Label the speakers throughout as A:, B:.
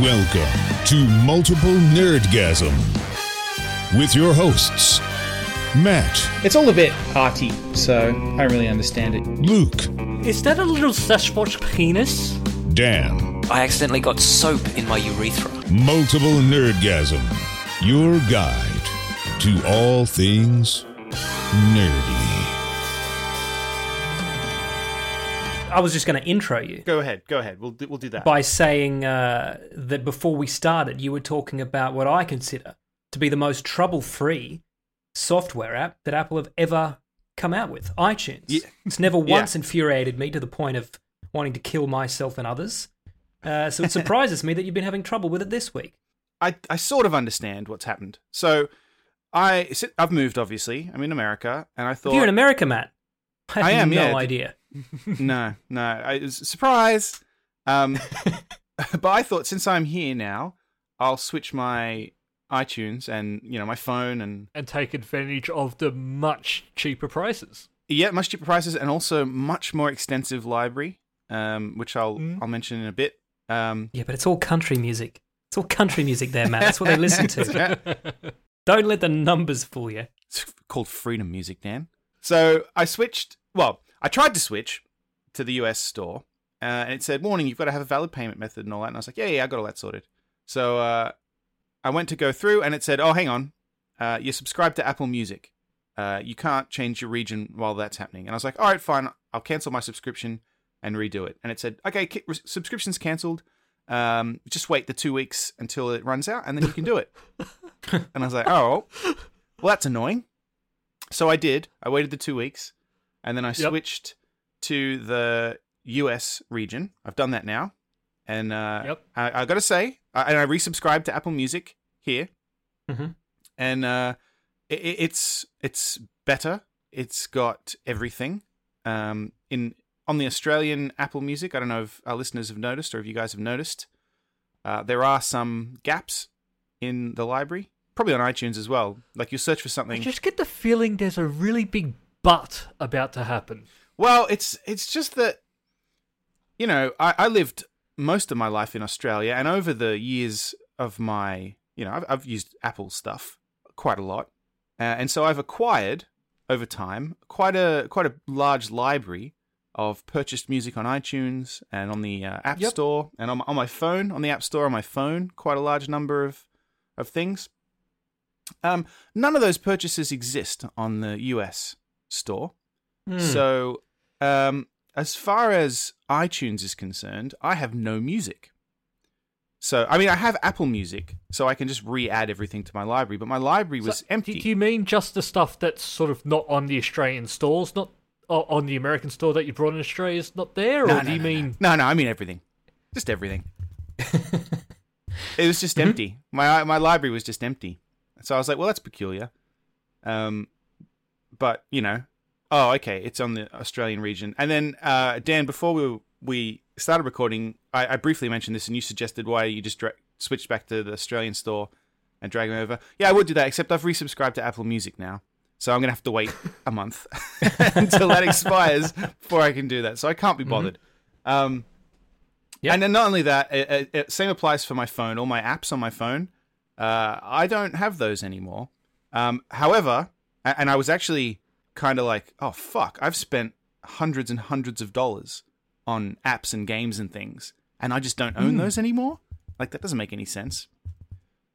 A: Welcome to Multiple Nerdgasm with your hosts, Matt,
B: It's all a bit arty, so I don't really understand it.
A: Luke,
C: Is that a little Sasquatch penis?
A: Dan.
D: I accidentally got soap in my urethra.
A: Multiple Nerdgasm, your guide to all things nerdy.
C: I was just going to intro you
E: Go ahead. Go ahead. We'll do, we'll do that.
C: by saying uh, that before we started, you were talking about what I consider to be the most trouble free software app that Apple have ever come out with iTunes.
E: Ye-
C: It's never
E: Yeah.
C: once infuriated me to the point of wanting to kill myself and others. Uh, so it surprises me that you've been having trouble with it this week.
E: I, I sort of understand what's happened. So I si- I've moved obviously. I'm in America, and I thought
C: You're in America, Matt. I, have
E: I am,
C: no
E: yeah.
C: idea.
E: no, no, I, it was a surprise. Um, but I thought since I'm here now, I'll switch my iTunes and you know my phone and
F: and take advantage of the much cheaper prices.
E: yeah, much cheaper prices and also much more extensive library, um, which I'll
B: Hmm?
E: I'll mention in a bit. Um,
C: Yeah, but it's all country music. It's all country music there, Matt. That's what they listen to. Don't let the numbers fool you.
E: It's called Freedom Music, Dan. So I switched. Well, I tried to switch to the US store, uh, and it said, "Warning: You've got to have a valid payment method and all that." And I was like, "Yeah, yeah, I got all that sorted." So uh, I went to go through, and it said, "Oh, hang on, uh, you're subscribed to Apple Music. Uh, you can't change your region while that's happening." And I was like, "All right, fine. I'll cancel my subscription and redo it." And it said, "Okay, ki- re- subscription's cancelled. Um, just wait the two weeks until it runs out, and then you can do it." and I was like, "Oh, well, that's annoying." So I did. I waited the two weeks, and then I
F: Yep.
E: switched to the US region. I've done that now, and uh,
F: Yep.
E: I, I got to say, I, and I resubscribed to Apple Music here,
F: Mm-hmm.
C: Mhm.
E: and uh, it, it's it's better. It's got everything. Um, in on the Australian Apple Music, I don't know if our listeners have noticed or if you guys have noticed, uh, there are some gaps in the library. Probably on iTunes as well. Like you search for
F: I
E: something.
F: just get the feeling there's a really big but about to happen.
E: Well, it's it's just that you know I, I lived most of my life in Australia, and over the years of my you know I've, I've used Apple stuff quite a lot, uh, and so I've acquired over time quite a quite a large library of purchased music on iTunes and on the uh, App
F: Yep.
E: Store and on, my- on my phone on the App Store on my phone quite a large number of of things. Um, none of those purchases exist on the US store.
C: Hmm.
F: Hmm.
E: So, um, as far as iTunes is concerned, I have no music. So, I mean, I have Apple Music, so I can just re-add everything to my library. But my library was
F: So,
E: empty.
F: Do you mean just the stuff that's sort of not on the Australian stores, not o- on the American store that you brought in Australia is not there,
E: No,
F: or
E: no,
F: do you
E: no,
F: mean
E: no. no, no, I mean everything, just everything. it was
F: Mm-hmm.
E: just empty. My my library was just empty. So I was like, well, that's peculiar. Um, but you know, oh, okay, it's on the Australian region. And then uh, Dan, before we we started recording, I, I briefly mentioned this, and you suggested why you just dra- switched back to the Australian store and drag them over. Yeah, I would do that, except I've resubscribed to Apple Music now. So I'm gonna have to wait a month until that expires before I can do that. So I can't be bothered. Um, And then not only that, it, it, it- same applies for my phone. All my apps on my phone, uh, I don't have those anymore. Um, however, a- and I was actually kind of like, oh fuck, I've spent hundreds and hundreds of dollars on apps and games and things, and I just don't own those anymore. Like that doesn't make any sense.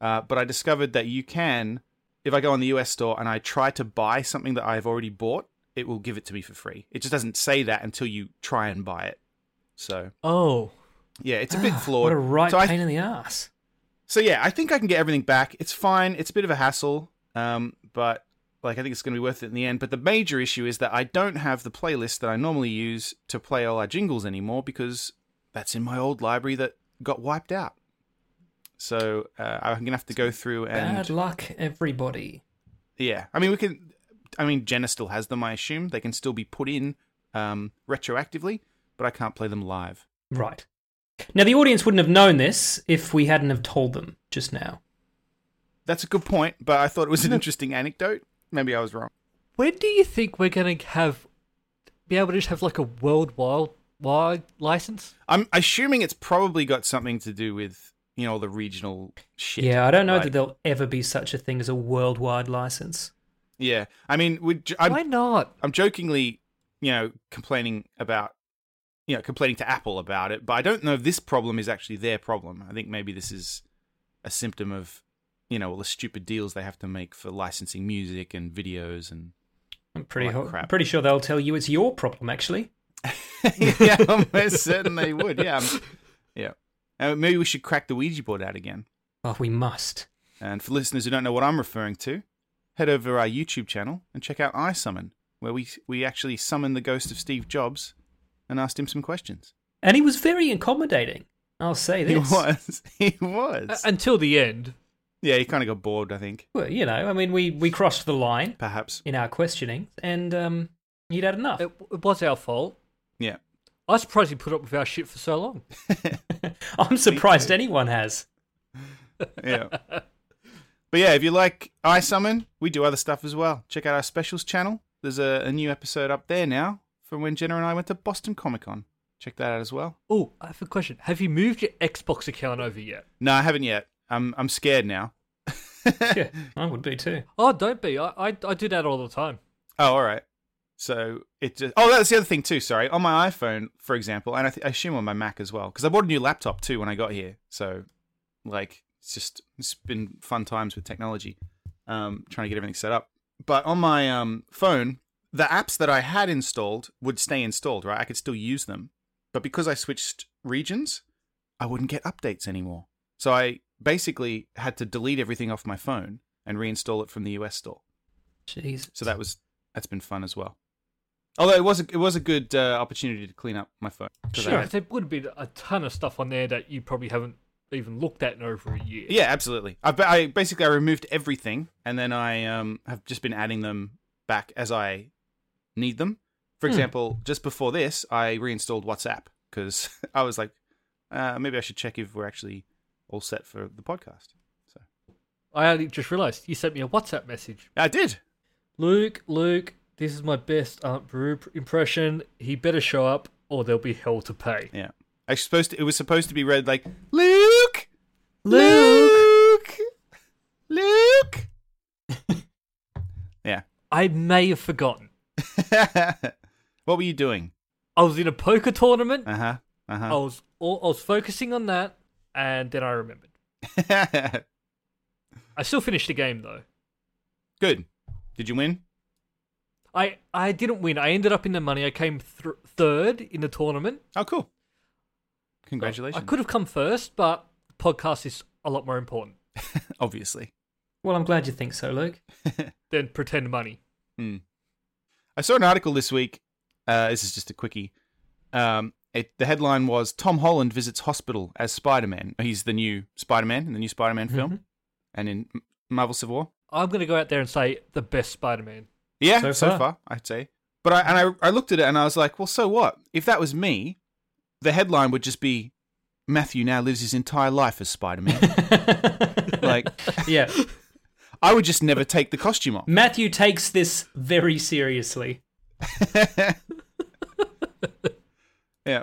E: Uh, but I discovered that you can, if I go on the US store and I try to buy something that I've already bought, it will give it to me for free. It just doesn't say that until you try and buy it. So
F: oh,
E: yeah, it's a bit flawed.
C: Ah, What a right
E: so I-
C: pain in the ass.
E: so yeah, I think I can get everything back. It's fine. It's a bit of a hassle, um, but like I think it's going to be worth it in the end. But the major issue is that I don't have the playlist that I normally use to play all our jingles anymore because that's in my old library that got wiped out. So uh, I'm going to have to go through and
C: Bad luck, everybody.
E: yeah, I mean we can. I mean Jenna still has them. I assume they can still be put in um, retroactively, but I can't play them live.
C: Right. Now, the audience wouldn't have known this if we hadn't have told them just now.
E: That's a good point, but I thought it was an interesting anecdote. Maybe I was wrong.
F: when do you think we're gonna have be able to just have like a worldwide wide license?
E: I'm assuming it's probably got something to do with you know all the regional shit.
C: Yeah, I don't know that
E: Like,
C: there'll ever be such a thing as a worldwide license.
E: yeah, I mean, would j- I'm
F: Why not?
E: I'm jokingly, you know, complaining about, you know, complaining to Apple about it, but I don't know if this problem is actually their problem. I think maybe this is a symptom of, you know, all the stupid deals they have to make for licensing music and videos and.
C: I'm pretty
E: Like
C: ho-
E: crap.
C: pretty sure they'll tell you it's your problem actually.
E: yeah, I'm most certain they would. Yeah, I'm- yeah. Uh, maybe we should crack the Ouija board out again.
C: Oh, we must.
E: And for listeners who don't know what I'm referring to, head over to our YouTube channel and check out I Summon, where we we actually summon the ghost of Steve Jobs and asked him some questions.
C: And he was very accommodating. I'll say
E: He
C: this.
E: was. He was.
F: Uh, until the end.
E: yeah, he kind of got bored, I think.
C: Well, you know, I mean, we we crossed the line
E: Perhaps.
C: in our questioning, and um, he'd had enough.
F: It, it was our fault.
E: Yeah.
F: I was surprised he put up with our shit for so long.
C: I'm surprised anyone has.
E: Yeah. but yeah, if you like I Summon, we do other stuff as well. Check out our specials channel. There's a, a new episode up there now from when Jenna and I went to Boston Comic Con. Check that out as well.
F: Oh, I have a question. Have you moved your Xbox account over yet?
E: No, I haven't yet. I'm I'm scared now.
C: yeah, I would be too.
F: Oh, don't be. I, I, I do that all the time.
E: Oh, all right. So it just oh that's the other thing too. Sorry, on my iPhone, for example, and I, th- I assume on my Mac as well, because I bought a new laptop too when I got here. So like it's just it's been fun times with technology, um, trying to get everything set up. But on my um phone, the apps that I had installed would stay installed, right? I could still use them, but because I switched regions, I wouldn't get updates anymore. So I basically had to delete everything off my phone and reinstall it from the US store.
C: Jeez.
E: So that was that's been fun as well. Although it was a, it was a good uh, opportunity to clean up my phone. 'Cause I-
F: Sure. There would have been a ton of stuff on there that you probably haven't even looked at in over a year.
E: yeah, absolutely. I, ba- I basically I removed everything, and then I um, have just been adding them back as I need them. For example, just before this, I reinstalled WhatsApp because I was like, uh, maybe I should check if we're actually all set for the podcast. So
F: I only just realised you sent me a WhatsApp message.
E: I did.
F: Luke, Luke, this is my best Aunt Brew pr- impression. He better show up or there'll be hell to pay.
E: Yeah, I was supposed to, it was supposed to be read like Luke, Luke, Luke. yeah.
F: I may have forgotten.
E: what were you doing?
F: I was in a poker tournament.
E: Uh huh. Uh
F: I was all, I was focusing on that, and then I remembered. Oh.
E: huh.
F: I still finished the game though.
E: Good. Did you win?
F: I I didn't win. I ended up in the money. I came thr third in the tournament.
E: Oh, cool.
F: So
E: Congratulations.
F: I could have come first, but the podcast is a lot more important
E: Obviously.
C: Well, I'm glad you think so, Luke.
F: than pretend money.
E: Hmm. I saw an article this week. Uh, this is just a quickie. Um, it, the headline was Tom Holland visits hospital as Spider Man. He's the new Spider Man in the new Spider Man film and in M- Marvel Civil War.
F: I'm gonna go out there and say the best Spider-Man.
E: Yeah, so
C: So
E: far,
C: far.
E: I'd say. But I and I, I looked at it and I was like, well, so what? If that was me, the headline would just be Matthew now lives his entire life as Spider Man. like
C: Yeah,
E: I would just never take the costume off.
C: Matthew takes this very seriously.
E: yeah.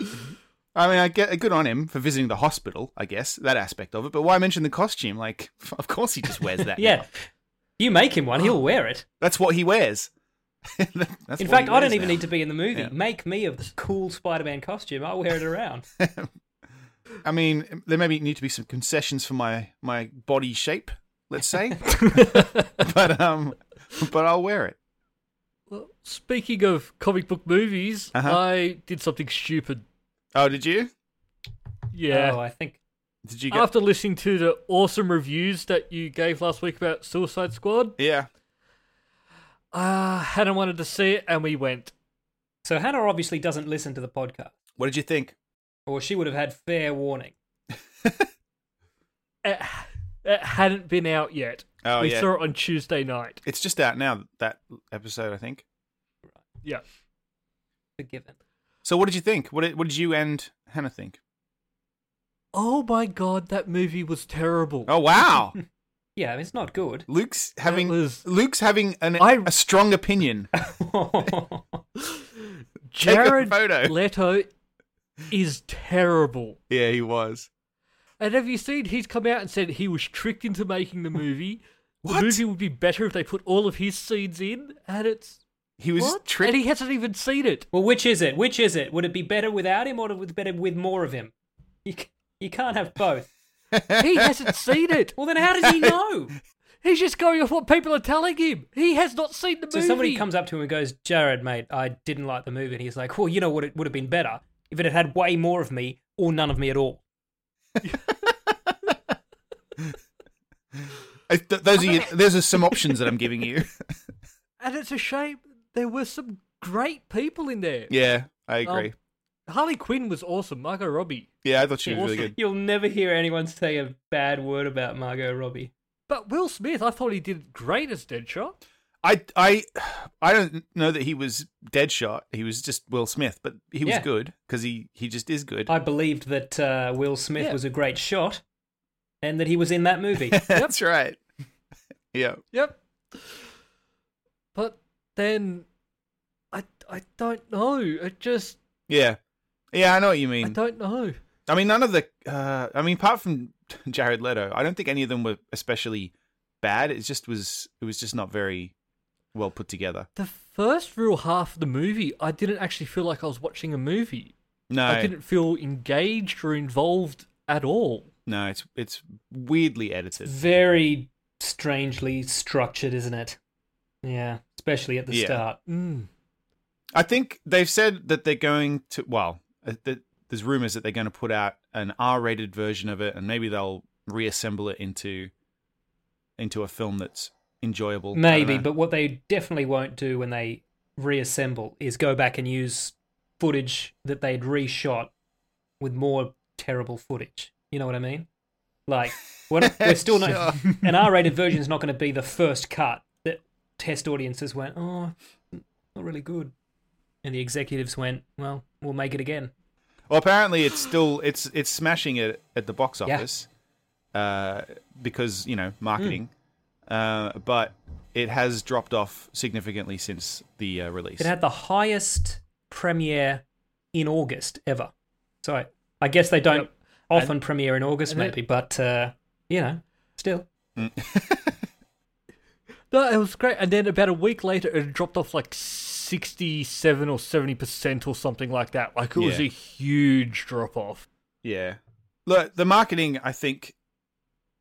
E: I mean, I get good on him for visiting the hospital. I guess that aspect of it, but why mention the costume? Like, of course he just wears that.
C: Yeah,
E: now.
C: you make him one, he'll wear it.
E: that's what he wears. That's what he
C: in fact, I
E: wears
C: don't even
E: now.
C: need to be in the movie.
E: Yeah.
C: Make me a cool Spider-Man costume. I'll wear it around.
E: I mean, there maybe need to be some concessions for my my body shape, let's say. but um, but I'll wear it.
F: Well, speaking of comic book movies,
E: Uh-huh.
F: I did something stupid.
E: Oh, did you?
F: Yeah.
C: Oh, I think
E: Did
C: Oh,
E: you get?
F: After listening to the awesome reviews that you gave last week about Suicide Squad,
E: yeah.
F: uh, Hannah wanted to see it and we went.
C: so. Hannah obviously doesn't listen to the podcast,
E: What did you think?
C: or she would have had fair warning.
F: It, it hadn't been out yet.
E: Oh
F: we
E: yeah.
F: saw it on Tuesday night.
E: It's just out now. That episode, I think.
F: Yeah.
C: Forgiven.
E: So, what did you think? What did, what did you and Hannah think?
F: Oh my god, that movie was terrible.
E: Oh wow,
C: Yeah, it's not good.
E: Luke's having
F: was-
E: Luke's having an,
F: I-
E: a strong opinion. take a
F: Jared
E: photo.
F: Leto is terrible.
E: yeah, he was.
F: And have you seen he's come out and said he was tricked into making the movie? The movie would be better if they put all of his scenes in, and it's
E: He was
F: what?
E: tricked.
F: And he hasn't even seen it.
C: Well, which is it? Which is it? Would it be better without him, or would it be better with more of him? You c- you can't have both.
F: He hasn't seen it.
C: Well, then how does he know?
F: He's just going off what people are telling him. He has not seen the
C: So
F: movie.
C: somebody comes up to him and goes, "Jared, mate, I didn't like the movie." And he's like, "Well, you know what? It would have been better if it had had way more of me, or none of me at all."
E: I- th- those are you, those are some options that I'm giving you.
F: and it's a shame. There were some great people in there.
E: Yeah, I
F: Um,
E: agree.
F: Harley Quinn was awesome. Margot Robbie.
E: yeah, I thought she was
F: awesome.
E: really good.
C: You'll never hear anyone say a bad word about Margot Robbie.
F: But Will Smith, I thought he did great as Deadshot.
E: I I I don't know that he was Deadshot. He was just Will Smith, but he was
C: Yeah.
E: good because he he just is good.
C: I believed that uh, Will Smith
F: Yeah.
C: was a great shot, and that he was in that movie.
E: That's right. yeah.
F: Yep. But then, I I don't know. It just
E: Yeah. Yeah, I know what you
F: I
E: mean.
F: don't know.
E: I mean, none of the. Uh, I mean, apart from Jared Leto, I don't think any of them were especially bad. It just was. It was just not very well put together.
F: The first real half of the movie, I didn't actually feel like I was watching a movie.
E: No,
F: I didn't feel engaged or involved at all.
E: no, it's it's weirdly edited.
C: Very strangely structured, isn't it? Yeah, especially at the
E: Yeah.
C: start.
F: Mm.
E: I think they've said that they're going to. Well, uh, that there's rumors that they're going to put out an R-rated version of it, and maybe they'll reassemble it into into a film that's enjoyable. I don't
C: Maybe,
E: know.
C: but what they definitely won't do when they reassemble is go back and use footage that they'd reshot with more terrible footage. You know what I mean? Like, what, we're still not. An R-rated version is not going to be the first cut that test audiences went, "Oh, not really good," and the executives went, "Well, we'll make it again."
E: Well, apparently it's still it's it's smashing it at the box
C: Yeah.
E: office uh, because you know marketing,
C: Hmm.
E: uh, but it has dropped off significantly since the uh, release.
C: It had the highest premiere in August ever. So I, I guess they don't
F: Yep.
C: often premiere in August,
F: and it-
C: maybe, but uh, you know, still.
F: No, it was great. And then about a week later, it dropped off like 67 or 70% or something like that. Like it was
E: Yeah.
F: a huge drop off.
E: yeah, look, the marketing I think.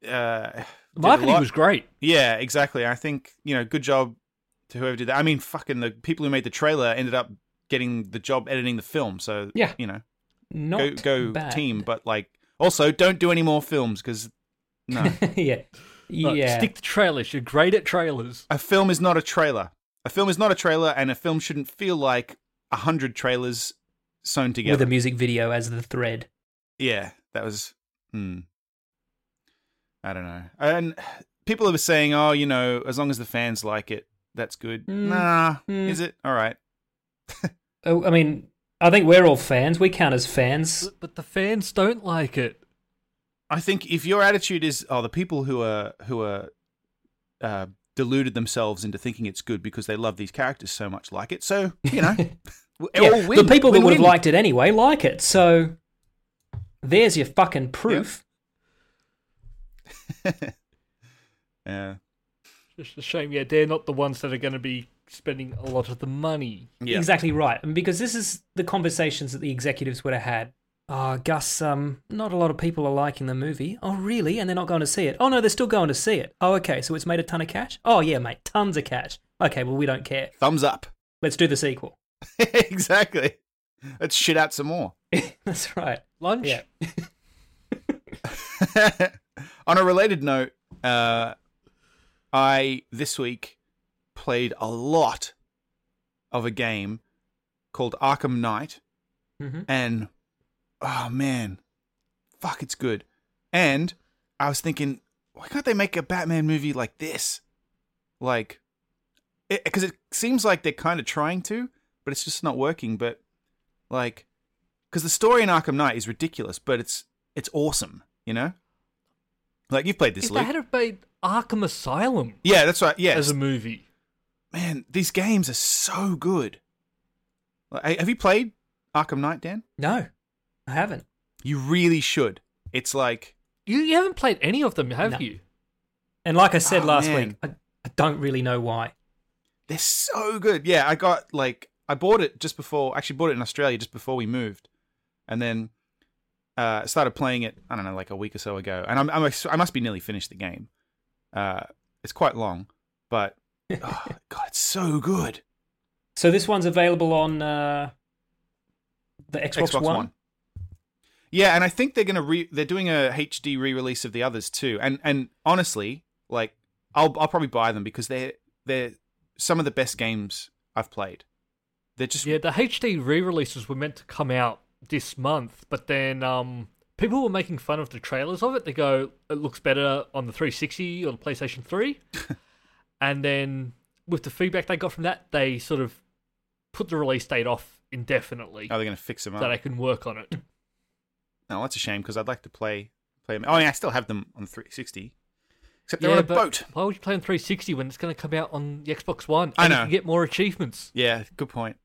E: Uh, did a
F: Marketing
E: lot.
F: was great.
E: Yeah, exactly. I think you know, good job to whoever did that. I mean, fucking the people who made the trailer ended up getting the job editing the film. So
C: Yeah.
E: you know,
C: Not
E: go go
C: bad.
E: team. But like, also don't do any more films because no.
C: yeah.
F: Like,
C: yeah.
F: Stick to trailers. You're great at trailers.
E: a film is not a trailer. A film is not a trailer, and a film shouldn't feel like a hundred trailers sewn
C: with
E: together.
C: a music video as the thread.
E: yeah, that was. Hmm. I don't know. And people are saying, "Oh, you know, as long as the fans like it, that's good."
C: Mm.
E: Nah,
C: Mm.
E: is it? All right.
C: Oh, I mean, I think we're all fans. We count as fans.
F: But, but the fans don't like it.
E: I think if your attitude is, "Oh, the people who are who are uh, deluded themselves into thinking it's good because they love these characters so much, like it," so you know, we all
C: Yeah,
E: win.
C: the people that would have
E: Win-win.
C: liked it anyway like it. So there's your fucking proof.
E: Yeah.
F: It's a shame. Yeah, they're not the ones that are going to be spending a lot of the money.
E: Yeah.
C: Exactly right. And because this is the conversations that the executives would have had. Oh, Gus, um, not a lot of people are liking the movie. Oh, really? And they're not going to see it. Oh, no, they're still going to see it. Oh, okay. So it's made a ton of cash? Oh, yeah, mate. Tons of cash. Okay, well, we don't care.
E: Thumbs up.
C: Let's do the sequel.
E: exactly. Let's shit out some more.
C: That's right.
F: Lunch?
C: Yeah.
E: On a related note, uh, I this week played a lot of a game called Arkham Knight,
F: Mm-hmm.
C: Mhm.
E: and oh man, fuck, it's good. And I was thinking, why can't they make a Batman movie like this? Like, because it seems like they're kind of trying to, but it's just not working. But like, because the story in Arkham Knight is ridiculous, but it's it's awesome, you know. Like you've played this,
F: If they
E: Luke.
F: had have made Arkham Asylum
E: yeah, that's right. Yeah,
F: as a movie,
E: man, these games are so good. Like, ha- have you played Arkham Knight, Dan?
C: No, I haven't.
E: You really should. It's like
F: You, you haven't played any of them, have
C: No.
F: you?
C: And like I said
E: Oh,
C: last
E: man.
C: week, I, I don't really know why.
E: They're so good. Yeah, I got like I bought it just before. Actually, bought it in Australia just before we moved, and then uh, started playing it. I don't know, like a week or so ago. And I'm, I'm I must be nearly finished the game. Uh, it's quite long, but oh, God, it's so good.
C: So this one's available on uh, the Xbox, One.
E: Yeah, and I think they're gonna re- they're doing a HD re-release of the others too. And and honestly, like I'll I'll probably buy them because they're they're some of the best games I've played. They're just
F: Yeah, the HD re-releases were meant to come out this month, but then um, people were making fun of the trailers of it. They go, "It looks better on the 360 or the PlayStation 3," and then with the feedback they got from that, they sort of put the release date off indefinitely
E: are they gonna fix them up?
F: so they can work on it.
E: No, that's a shame because I'd like to play play them. Oh yeah, I still have them on 360. Except they're
F: yeah,
E: on a
F: but
E: boat.
F: Why would you play on 360 when it's going to come out on the Xbox One?
E: I
F: and
E: know.
F: You can get more achievements.
E: Yeah, good point.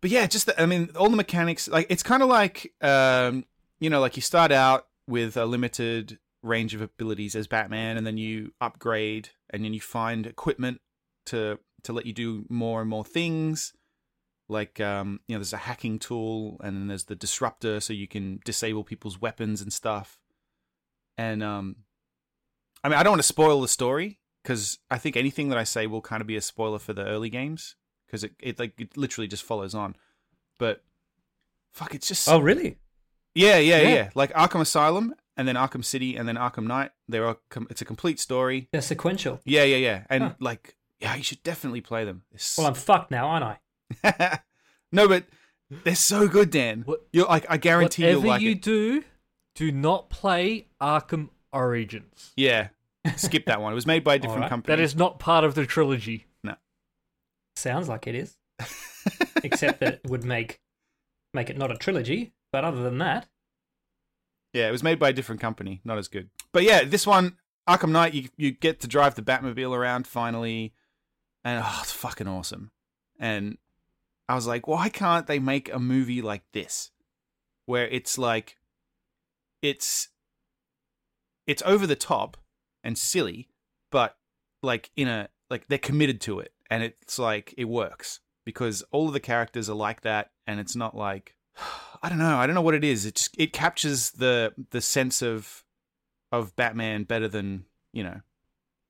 E: But yeah, just the, I mean, all the mechanics. Like it's kind of like um, you know, like you start out with a limited range of abilities as Batman, and then you upgrade, and then you find equipment to to let you do more and more things. Like um, you know, there's a hacking tool, and then there's the disruptor, so you can disable people's weapons and stuff. And um, I mean, I don't want to spoil the story because I think anything that I say will kind of be a spoiler for the early games because it, it like it literally just follows on. But fuck, it's just
C: Oh, really?
E: yeah, yeah, yeah,
F: Yeah.
E: Like Arkham Asylum and then Arkham City and then Arkham Knight. They're all com- it's a complete story.
C: They're sequential.
E: Yeah, yeah, yeah. And
C: Huh.
E: like yeah, you should definitely play them. They're s-
C: Well, I'm fucked now, aren't I?
E: no, but they're so good, Dan.
F: What-
E: You're like I guarantee
F: Whatever
E: you'll like
F: you
E: it.
F: do, do not play Arkham Origins.
E: Yeah. Skip that one. It was made by a different
C: Alright.
E: company.
F: That is not part of the trilogy.
C: Sounds like it is. Except that it would make make it not a trilogy. But other than that,
E: Yeah, it was made by a different company, not as good. But yeah, this one, Arkham Knight, you you get to drive the Batmobile around finally, and oh, it's fucking awesome. And I was like, why can't they make a movie like this, where it's like, it's it's over the top and silly, but like in a like they're committed to it, and it's like it works because all of the characters are like that, and it's not like I don't know. I don't know what it is. It just it captures the the sense of of Batman better than you know,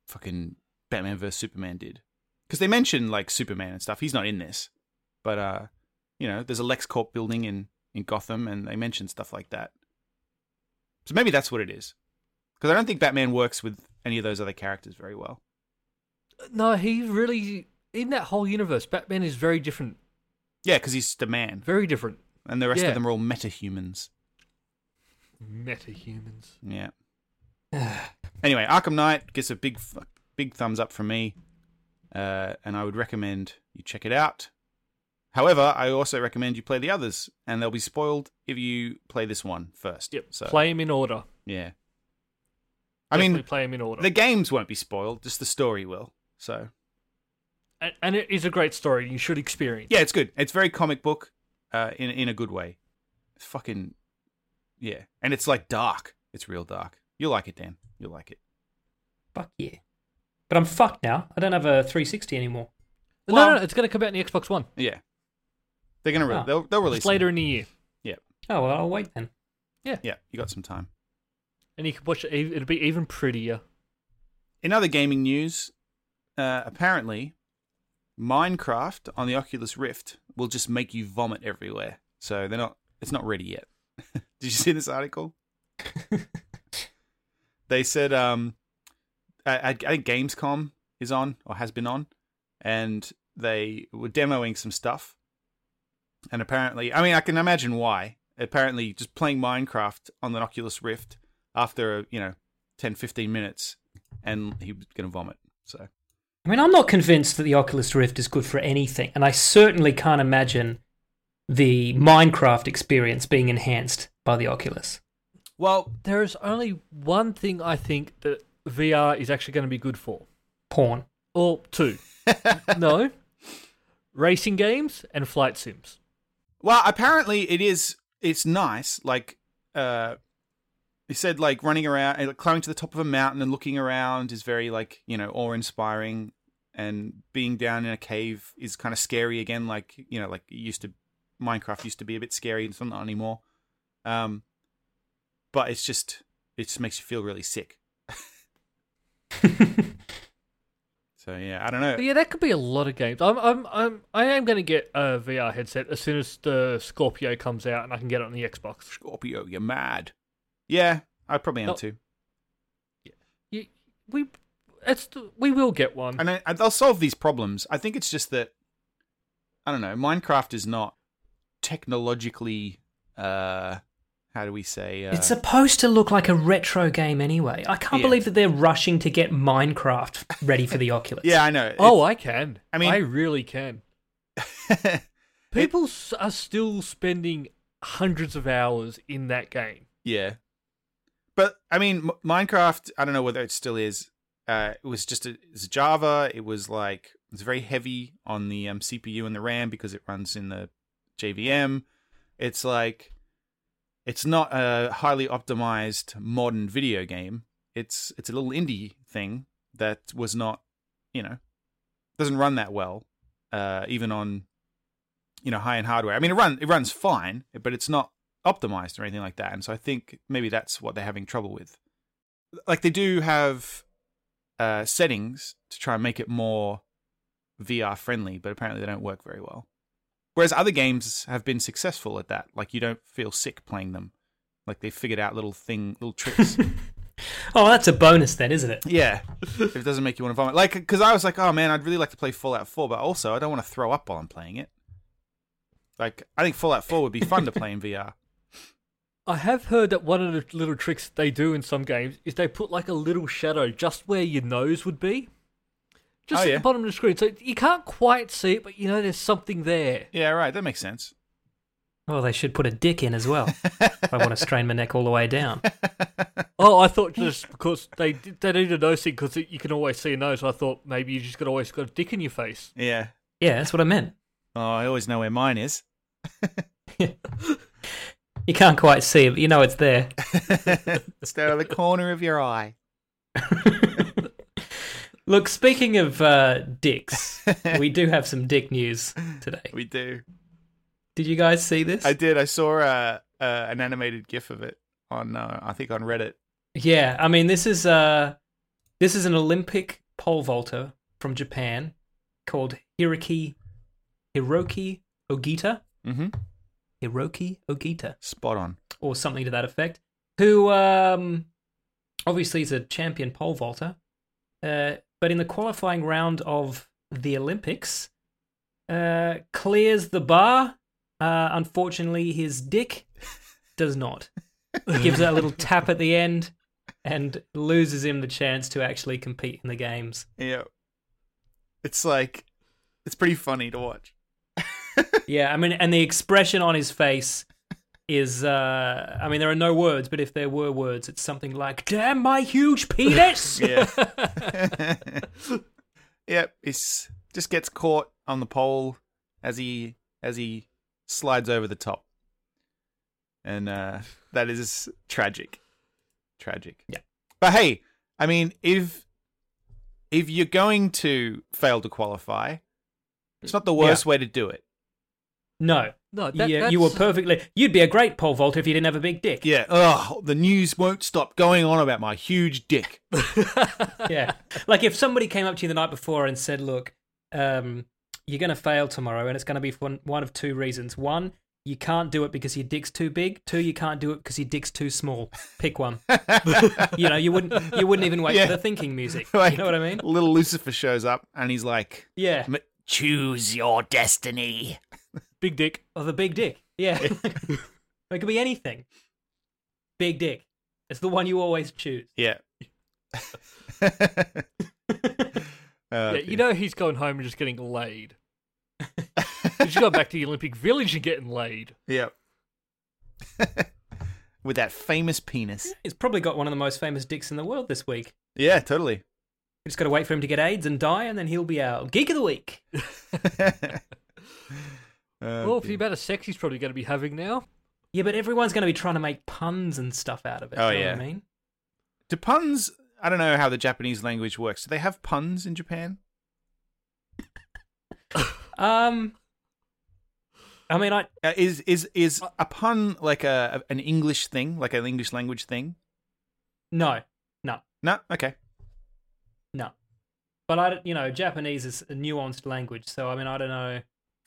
E: fucking Batman versus Superman did. Because they mention like Superman and stuff. He's not in this, but uh, you know, there's a LexCorp building in in Gotham, and they mention stuff like that. So maybe that's what it is. Because I don't think Batman works with any of those other characters very well.
F: No, he really in that whole universe, Batman is very different.
E: Yeah, because he's just a man,
F: Very different.
E: and the rest
F: Yeah.
E: of them are all metahumans.
F: Metahumans.
E: Yeah. anyway, Arkham Knight gets a big, f- big thumbs up from me, uh, and I would recommend you check it out. However, I also recommend you play the others, and they'll be spoiled if you play this one first.
F: Yep.
E: So
F: Play him in order.
E: yeah. I
F: Definitely
E: mean,
F: play him in order.
E: the games won't be spoiled; just the story will. So
F: and, and it is a great story. You should experience.
E: yeah, it's good. It's very comic book, uh, in in a good way. It's fucking yeah, and it's like dark. It's real dark. You'll like it, Dan. You'll like it.
C: fuck yeah. But I'm fucked now. I don't have a 360 anymore.
F: No,
E: Well-
F: no, no, it's going to come out on the Xbox One.
E: Yeah, they're gonna re-
C: Ah.
E: they'll they'll release
F: It's
E: them.
F: later in the year,
C: Oh well, I'll wait then.
E: Yeah, you got some time.
F: and you can watch it. ev- It'll be even prettier.
E: In other gaming news, uh, apparently, Minecraft on the Oculus Rift will just make you vomit everywhere. So they're not. It's not ready yet. Did you see this article? they said, um, I, I I think Gamescom is on or has been on, and they were demoing some stuff. And apparently, I mean, I can imagine why. Apparently, just playing Minecraft on the Oculus Rift after, you know, 10, 15 minutes, and he was going to vomit. So,
C: I mean, I'm not convinced that the Oculus Rift is good for anything, and I certainly can't imagine the Minecraft experience being enhanced by the Oculus.
E: well,
F: There is only one thing I think that VR is actually going to be good for,
C: Porn.
F: or two. no, racing games and flight sims.
E: well, apparently it is. It's nice. Like, uh, He said like running around, uh, climbing to the top of a mountain and looking around is very like you know awe inspiring, and being down in a cave is kind of scary again. Like you know, like it used to Minecraft used to be a bit scary, and it's not anymore. Um, but it's just it just makes you feel really sick. so yeah, I don't know.
F: But yeah, that could be a lot of games. I'm, I'm, I'm, I am going to get a VR headset as soon as the Scorpio comes out, and I can get it on the Xbox.
E: Scorpio, you're mad. Yeah, I probably am
F: No.
E: too.
F: You, we, it's, the- we will get one.
E: And I, and they'll solve these problems. I think it's just that I don't know. Minecraft is not technologically. uh How do we say? Uh,
C: It's supposed to look like a retro game anyway. I can't
E: Yeah.
C: believe that they're rushing to get Minecraft ready for the Oculus.
E: yeah, I know.
F: oh, I can.
E: I
F: I
E: mean-
F: mean, I really can.
E: It-
F: People s are still spending hundreds of hours in that game.
E: yeah, but I mean, M- Minecraft. I don't know whether it still is. Uh, it was just a, it's Java. It was like it's very heavy on the um, CPU and the RAM because it runs in the JVM. It's like it's not a highly optimized modern video game. It's it's a little indie thing that was not, you know, doesn't run that well, uh, even on, you know, high end hardware. I mean, it run it runs fine, but it's not optimized or anything like that. And so I think maybe that's what they're having trouble with. Like they do have uh, settings to try and make it more VR friendly, but apparently they don't work very well. Whereas other games have been successful at that. Like you don't feel sick playing them. Like they figured out little thing, little tricks.
C: Oh, that's a bonus then, isn't it?
E: yeah, if it doesn't make you want to vomit. Like because I was like, oh man, I'd really like to play Fallout 4, but also I don't want to throw up while I'm playing it. Like I think Fallout 4 would be fun to play in VR.
F: I have heard that one of the little tricks they do in some games is they put like a little shadow just where your nose would be, just
E: Oh,
F: at
E: yeah.
F: the bottom of the screen, so you can't quite see it, but you know there's something there.
E: Yeah, right. That makes sense.
C: Well, Oh, they should put a dick in as well. if I want to strain my neck all the way down.
F: Oh, I thought just because they did- they need a nose thing because you can always see a nose. I thought maybe you just got always got a dick in your face.
E: Yeah.
C: Yeah, that's what I meant.
E: Oh, I always know where mine is.
C: You can't quite see it, but you know it's there.
E: it's out of the corner of your eye.
C: Look, speaking of uh, dicks, we do have some dick news today.
E: We do.
C: Did you guys see this?
E: I did. I saw uh, uh, an animated GIF of it on, uh, I think, on Reddit.
C: Yeah, I mean this is uh this is an Olympic pole vaulter from Japan called Hiroki Hiroki Ogita.
E: Mm-hmm.
C: Hiroki Ogita
E: Spot on.
C: or something to that effect, who um, obviously is a champion pole vaulter. Uh, but in the qualifying round of the Olympics, uh, clears the bar. Uh, unfortunately, his dick does not. He gives that little tap at the end and loses him the chance to actually compete in the games.
E: Yeah. It's like, it's pretty funny to watch.
C: Yeah, I mean, and the expression on his face is, uh, I mean, there are no words, but if there were words, it's something like, damn my huge penis!
E: Yeah. yep. It's just gets caught on the pole as he as he slides over the top, and uh, that is tragic. Tragic.
C: Yeah.
E: But hey, I mean, if if you're going to fail to qualify, it's not the worst way to do it.
C: No.
F: No, that,
C: yeah, you were
F: that's-
C: perfectly. You'd be a great pole vaulter if you didn't have a big dick.
E: Yeah. Oh, the news won't stop going on about my huge dick.
C: yeah. Like if somebody came up to you the night before and said, "Look, um, you're going to fail tomorrow, and it's going to be for one, one of two reasons: one, you can't do it because your dick's too big; two, you can't do it because your dick's too small. Pick one." you know, you wouldn't. You wouldn't even wait
E: Yeah.
C: for the thinking music.
E: Like,
C: you know what I mean?
E: Little Lucifer shows up and he's like,
C: Yeah.
E: "M- "Choose your destiny."
F: big dick.
C: Or the big dick. Yeah. it could be anything. Big dick. It's the one you always choose.
E: Yeah. Uh,
F: Yeah, you know he's going home and just getting laid. you should go back to the Olympic Village and getting laid.
E: yeah. With that famous penis.
C: It's probably got one of the most famous dicks in the world this week.
E: Yeah, totally.
C: We just got to wait for him to get AIDS and die, and then he'll be our geek of the week.
E: Uh,
C: Oh,
F: well, for the amount of sex he's probably going to be having now.
C: Yeah, but everyone's going to be trying to make puns and stuff out of it.
E: Oh,
C: you know
E: yeah.
C: What I mean,
E: Do puns? I don't know how the Japanese language works. Do they have puns in Japan?
C: um, I mean, I
E: Uh, is is is a pun like a an English thing, like an English language thing?
C: no, no,
E: No. Okay.
C: no. But I, don't- you know, Japanese is a nuanced language, so I mean, I don't know.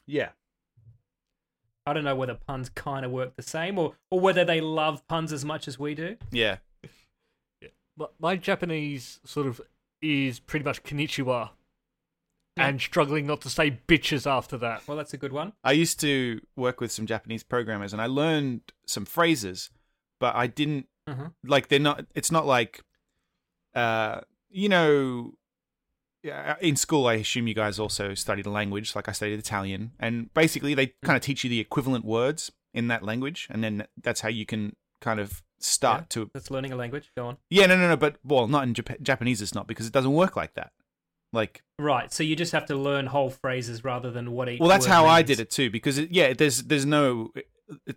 E: Yeah.
C: I don't know whether puns kind of work the same, or or whether they love puns as much as we do.
E: Yeah.
F: my, my Japanese sort of is pretty much konnichiwa and struggling not to say bitches after that.
C: Well, that's a good one.
E: I used to work with some Japanese programmers, and I learned some phrases, but I didn't
C: Mhm.
E: like they're not. It's not like, uh, you know, yeah, in school. I assume you guys also studied a language, like I studied Italian, and basically they kind of teach you the equivalent words in that language, and then that's how you can kind of start
C: Yeah,
E: to.
C: That's learning a language. Go on.
E: Yeah, no, no, no. But well, not in Jap- Japanese. It's not because it doesn't work like that. Like
C: Right, so you just have to learn whole phrases rather than what each.
E: Well, that's
C: word
E: how I
C: means.
E: did it too, because it, yeah, there's there's no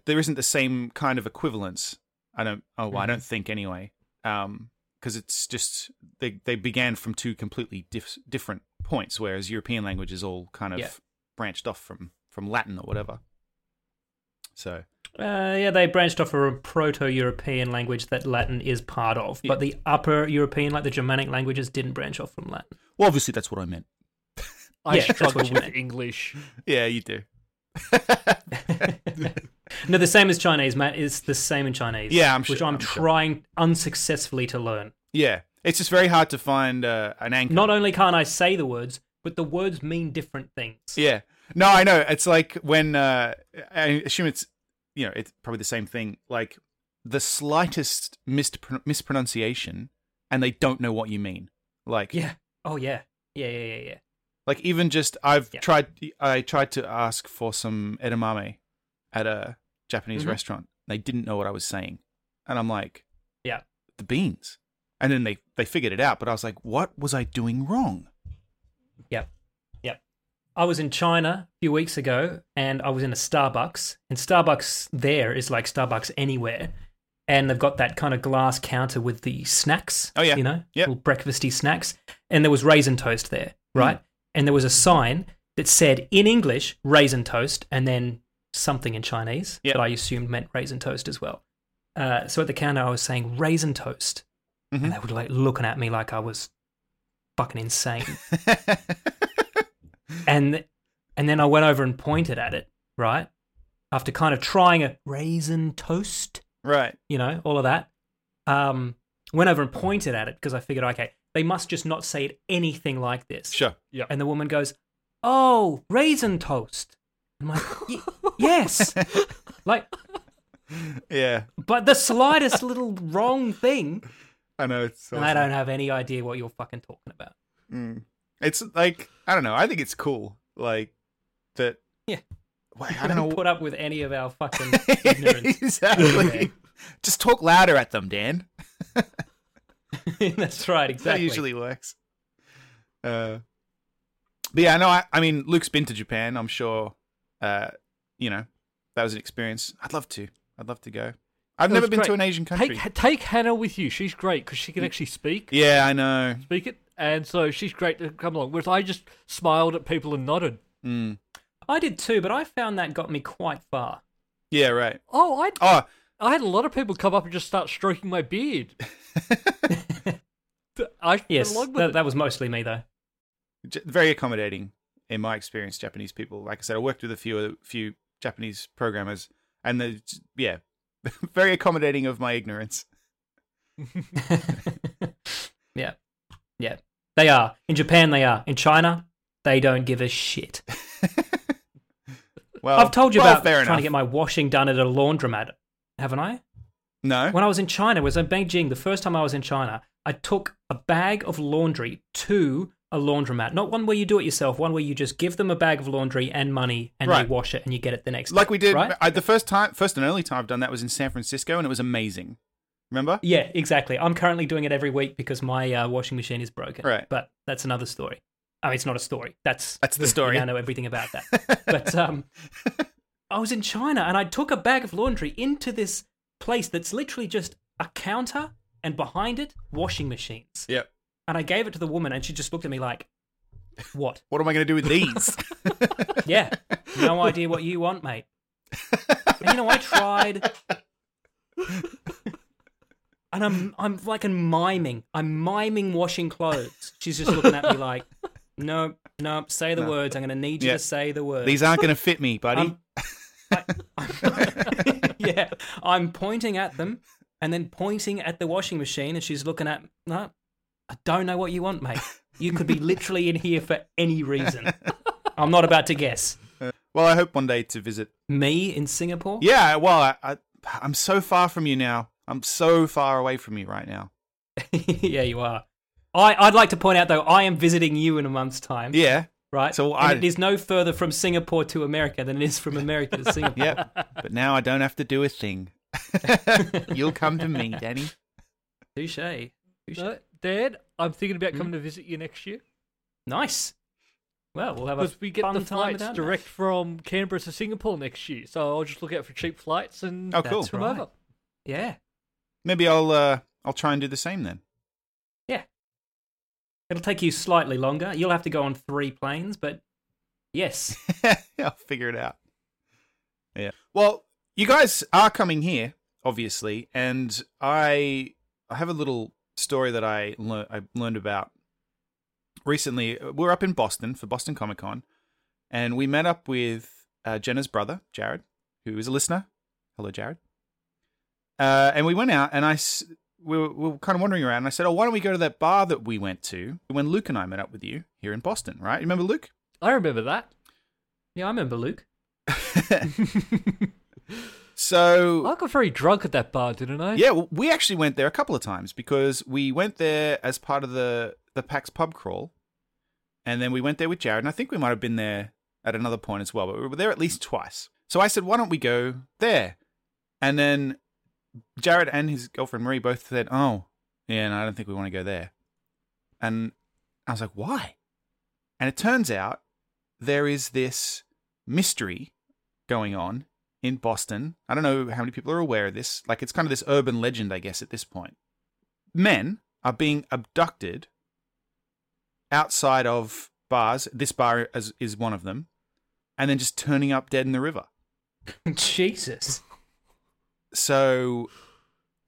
E: there isn't the same kind of equivalence. I don't. Oh, well, I don't think anyway. Um, because it's just they they began from two completely dif- different points, whereas European languages all kind of
C: Yeah.
E: branched off from from Latin or whatever. So
C: Uh, yeah, they branched off a proto-European language that Latin is part of, but the upper European, like the Germanic languages, didn't branch off from Latin.
E: well, obviously that's what I meant.
F: I
C: Yeah, that's
F: struggle
C: what you
F: with
C: meant.
F: English.
E: Yeah, you do.
C: No, the same as Chinese, Matt. It's the same in Chinese.
E: Yeah, I'm
C: which
E: sure-
C: I'm,
E: I'm sure.
C: trying unsuccessfully to learn.
E: Yeah, it's just very hard to find uh, an anchor.
C: Not only can't I say the words, but the words mean different things.
E: Yeah. No, I know. It's like when uh, I assume it's you know it's probably the same thing. Like the slightest mispr- mispronunciation, and they don't know what you mean. Like
C: Yeah. Oh yeah. Yeah, yeah, yeah, yeah.
E: like even just I've
C: Yeah.
E: tried. I tried to ask for some edamame at a Japanese
C: Mhm.
E: restaurant. They didn't know what I was saying, and I'm like,
C: Yeah.
E: the beans. And then they they figured it out. But I was like, what was I doing wrong?
C: Yep. Yep. I was in China a few weeks ago and I was in a Starbucks. And Starbucks there is like Starbucks anywhere. And they've got that kind of glass counter with the snacks.
E: Oh, yeah. Hmm.
C: You know?
E: Yep.
C: Little breakfasty snacks. And there was raisin toast there, right? And there was a sign that said in English, raisin toast, and then something in Chinese
E: Yep.
C: that I assumed meant raisin toast as well. Uh, so at the counter, I was saying raisin toast.
E: Mm-hmm.
C: And they were like looking at me like I was fucking insane and and then I went over and pointed at it, right? After kind of trying a raisin toast,
E: right.
C: you know, all of that. Um, went over and pointed at it because I figured, okay, they must just not say it anything like this.
E: Sure.
F: Yeah.
C: And the woman goes, "Oh, raisin toast." I'm like, "Y- "Yes." like,
E: Yeah.
C: but the slightest little wrong thing,
E: I know it's.
C: and I don't have any idea what you're fucking talking about.
E: Mm. It's like I don't know. I think it's cool. Like that.
C: Yeah.
E: Why- I don't know.
C: Put up with any of our fucking ignorance.
E: exactly. Just talk louder at them, Dan.
C: That's right,
E: That
C: exactly.
E: usually works. Uh, but yeah, no. I, I mean, Luke's been to Japan. I'm sure. Uh, you know, that was an experience. I'd love to. I'd love to go. I've
F: It
E: never
F: was
E: been to
F: great.
E: an Asian country.
F: Take take Hannah with you. She's great because she can actually speak.
E: yeah, I know.
F: Speak it, and so she's great to come along. Whereas I just smiled at people and nodded.
E: Mm.
C: I did too, but I found that got me quite far.
E: Yeah, right.
F: Oh, I
E: Oh,
F: I had a lot of people come up and just start stroking my beard. I
C: Yes,
F: along with
C: that,
F: it.
C: that was mostly me though.
E: J- very accommodating in my experience. Japanese people, like I said, I worked with a few few Japanese programmers, and the yeah, very accommodating of my ignorance.
C: yeah, yeah, they are in Japan. They are in China. They don't give a shit.
E: Well,
C: I've told you
E: Oh, well,
C: about
E: fair
C: trying
E: enough.
C: to get my washing done at a laundromat, haven't I?
E: no.
C: When I was in China, was in Beijing. The first time I was in China, I took a bag of laundry to a laundromat. Not one where you do it yourself. One where you just give them a bag of laundry and money, and
E: Right.
C: they wash it, and you get it the next.
E: like
C: day,
E: we did
C: right?
E: I, the first time, first and only time I've done that was in San Francisco, and it was amazing. Remember?
C: Yeah, exactly. I'm currently doing it every week because my uh, washing machine is broken.
E: Right.
C: But that's another story. I mean, it's not a story. That's
E: That's the story.
C: I know everything about that. but um, I was in China and I took a bag of laundry into this place that's literally just a counter and behind it washing machines.
E: Yep.
C: And I gave it to the woman and she just looked at me like, "What?
E: What am I going to do with these?
C: Yeah, no idea what you want, mate." And you know, I tried. And I'm I'm like I'm miming. I'm miming washing clothes. She's just looking at me like, "No, no, say the words. I'm going to need you
E: Yeah.
C: to say the words."
E: these aren't going to fit me, buddy.
C: I'm- yeah, I'm pointing at them and then pointing at the washing machine, and she's looking at. No, I don't know what you want, mate. You could be literally in here for any reason. I'm not about to guess.
E: well, I hope one day to visit.
C: Me in Singapore?
E: Yeah, well, I, I, I'm so far from you now. I'm so far away from you right now.
C: yeah, you are. I, I'd like to point out though, I am visiting you in a month's time.
E: Yeah,
C: Right.
E: so
C: and
E: I-
C: it is no further from Singapore to America than it is from America to Singapore.
E: yeah. but now I don't have to do a thing. You'll come to me, Danny.
C: Touche. Touche.
F: No, Dad, I'm thinking
C: Hmm.
F: about coming to visit you next year
C: Nice. Well, we'll have a
F: because we get
C: fun
F: the
C: time
F: flights
C: without that.
F: direct from Canberra to Singapore next year. So I'll just look out for cheap flights and
E: Oh, cool.
C: That's
F: come
C: right.
F: over.
C: Yeah.
E: Maybe I'll uh, I'll try and do the same then.
C: Yeah. It'll take you slightly longer. You'll have to go on three planes, but yes.
E: I'll figure it out. Yeah. Well, you guys are coming here, obviously, and I I have a little story that I lear- I learned about recently. We We're up in Boston for Boston Comic Con, and we met up with uh, Jenna's brother, Jared, who is a listener. Hello, Jared. Uh, and we went out, and I s- we were, we were kind of wandering around. And I said, "Oh, why don't we go to that bar that we went to when Luke and I met up with you here in Boston? Right? You remember Luke?"
F: I remember that.
C: Yeah, I remember Luke.
E: So
F: I got very drunk at that bar, didn't I?
E: Yeah, well, we actually went there a couple of times because we went there as part of the the PAX pub crawl, and then we went there with Jared. And I think we might have been there at another point as well, but we were there at least twice. So I said, "Why don't we go there?" And then Jared and his girlfriend Marie both said, "Oh, yeah, no, I don't think we want to go there." And I was like, "Why?" And it turns out there is this mystery going on in Boston. I don't know how many people are aware of this. Like, it's kind of this urban legend, I guess, at this point. Men are being abducted outside of bars. This bar is, is one of them. And then just turning up dead in the river.
C: Jesus.
E: So,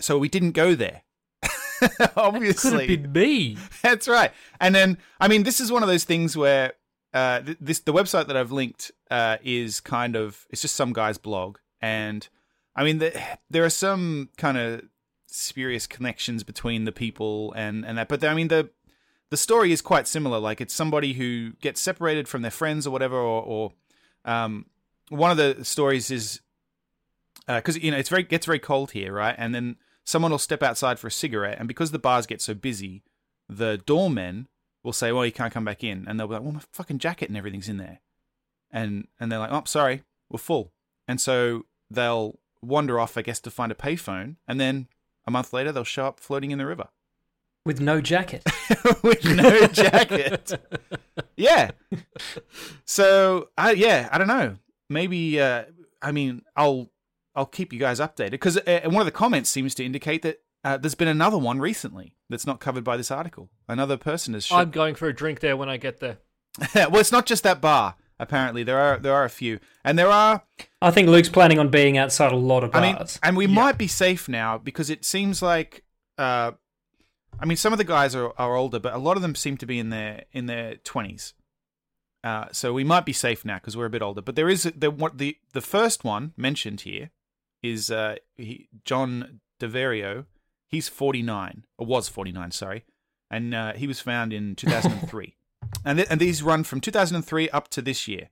E: so we didn't go there. Obviously.
F: could have been me.
E: That's right. And then, I mean, this is one of those things where uh, th- this the website that I've linked uh, is kind of it's just some guy's blog, and I mean, the, there are some kind of spurious connections between the people and and that, but I mean the the story is quite similar. Like it's somebody who gets separated from their friends or whatever, or, or um, one of the stories is because you know it's very gets very cold here, right? And then someone will step outside for a cigarette, and because the bars get so busy, the doormen will say, "Well, you can't come back in," and they'll be like, "Well, my fucking jacket and everything's in there," and and they're like, "Oh, sorry, we're full," and so they'll wander off, I guess, to find a payphone, and then a month later they'll show up floating in the river
C: With no jacket.
E: with no jacket. yeah. So I yeah I don't know maybe uh, I mean I'll I'll keep you guys updated because uh, one of the comments seems to indicate that uh, there's been another one recently that's not covered by this article. Another person has.
F: I'm going for a drink there when I get there.
E: well, it's not just that bar. Apparently, there are there are a few, and there are.
C: I think Luke's planning on being outside a lot of
E: I mean,
C: bars.
E: and we might be safe now because it seems like. Uh, I mean, some of the guys are, are older, but a lot of them seem to be in their in their twenties. Uh, so we might be safe now because we're a bit older. But there is the what the the first one mentioned here is uh, he, John Deverio. He's forty nine or was forty nine. Sorry, and uh, he was found in two thousand and three, and th- and these run from two thousand and three up to this year,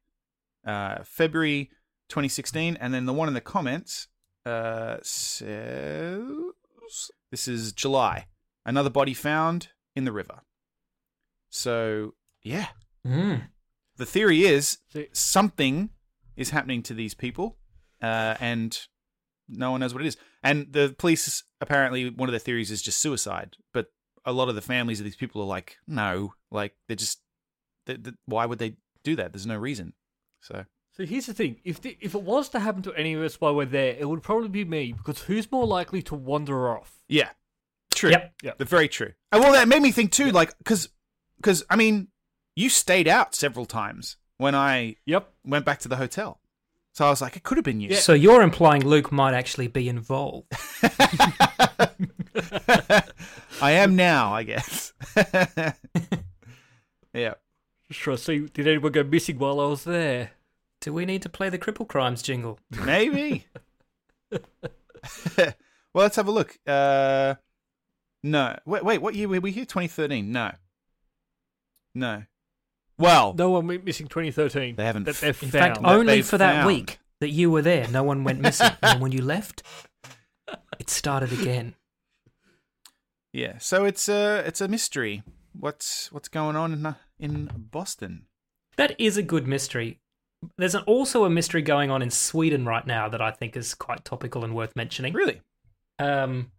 E: uh, February twenty sixteen, and then the one in the comments uh, says this is July. Another body found in the river. So yeah,
C: Mm.
E: the theory is
F: See,
E: something is happening to these people, uh, and no one knows what it is. And the police apparently one of their theories is just suicide, but a lot of the families of these people are like, no, like they're just, they, they, why would they do that? There's no reason. So
F: So here's the thing: if the, if it was to happen to any of us while we're there, it would probably be me because who's more likely to wander off?
E: Yeah. True.
C: Yep.
F: Yep.
E: The very true. And well, that made me think too, like, because, because I mean, you stayed out several times when I
F: Yep.
E: went back to the hotel, so I was like, it could have been you.
C: So you're implying Luke might actually be involved.
E: I am now, I guess. yeah.
F: Sure. See, did anyone go missing while I was there?
C: Do we need to play the Cripple Crimes jingle?
E: Maybe. well, let's have a look. Uh, no. Wait, wait. What year were we here? 2013. No. No. Well,
F: No one went missing 2013.
E: They haven't
F: That they've
C: In
F: found.
C: fact,
E: that
C: only
E: they've
C: for that
E: found.
C: week that you were there, no one went missing. and when you left, it started again.
E: yeah. So it's a it's a mystery. What's what's going on in, in Boston?
C: That is a good mystery. There's an, also a mystery going on in Sweden right now that I think is quite topical and worth mentioning.
E: Really?
C: Um,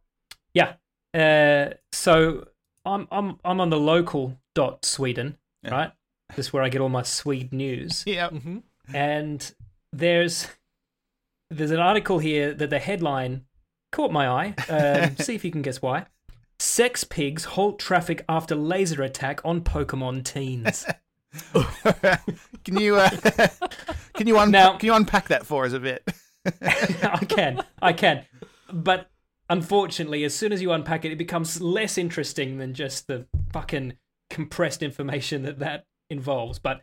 C: yeah. Uh, so I'm I'm I'm on the local dot Sweden,
E: Yeah.
C: right? This is where I get all my Swede news.
E: Yeah.
F: hmm
C: And there's there's an article here that the headline caught my eye. Um, see if you can guess why. Sex pigs halt traffic after laser attack on Pokemon teens.
E: can you uh, can you un-
C: Now-
E: can you unpack that for us a bit?
C: I can, I can, but unfortunately, as soon as you unpack it, it becomes less interesting than just the fucking compressed information that that involves. But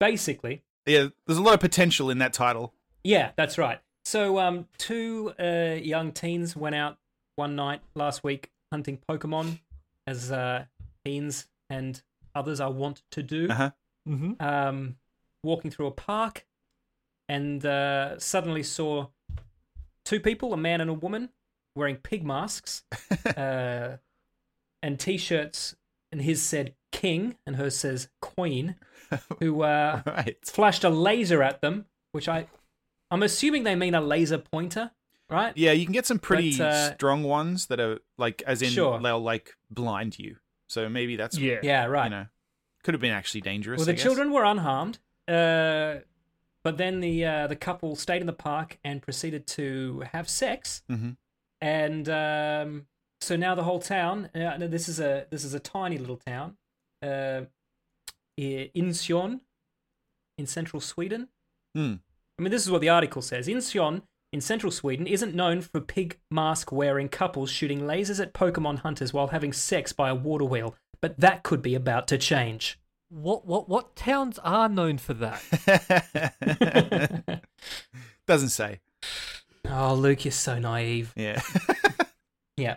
C: basically,
E: yeah. There's a lot of potential in that title.
C: yeah, that's right. So, um, two uh, young teens went out one night last week hunting Pokemon, as uh, teens and others are wont to do.
E: Uh huh.
F: hmm
C: um, walking through a park and uh, suddenly saw two people, a man and a woman, wearing pig masks uh, and t shirts. And his said king and hers says queen, who uh,
E: Right.
C: flashed a laser at them, which I. I'm assuming they mean a laser pointer, right?
E: Yeah, you can get some pretty
C: But, uh,
E: strong ones that are like, as in
C: Sure.
E: they'll like blind you. So maybe that's
F: Yeah.
C: Yeah, right.
E: You know, could have been actually dangerous.
C: Well,
E: I
C: the
E: guess.
C: children were unharmed, uh, but then the uh, the couple stayed in the park and proceeded to have sex,
E: Mhm.
C: and um, so now the whole town. Uh, no, this is a this is a tiny little town, uh, i- Insion, in central Sweden.
E: Hmm.
C: I mean, this is what the article says. Insion in central Sweden isn't known for pig mask wearing couples shooting lasers at Pokemon hunters while having sex by a water wheel, but that could be about to change.
F: What what what towns are known for that?
E: Hmm. Doesn't say.
C: Oh, Luke, you're so naive.
E: Yeah.
C: Yeah.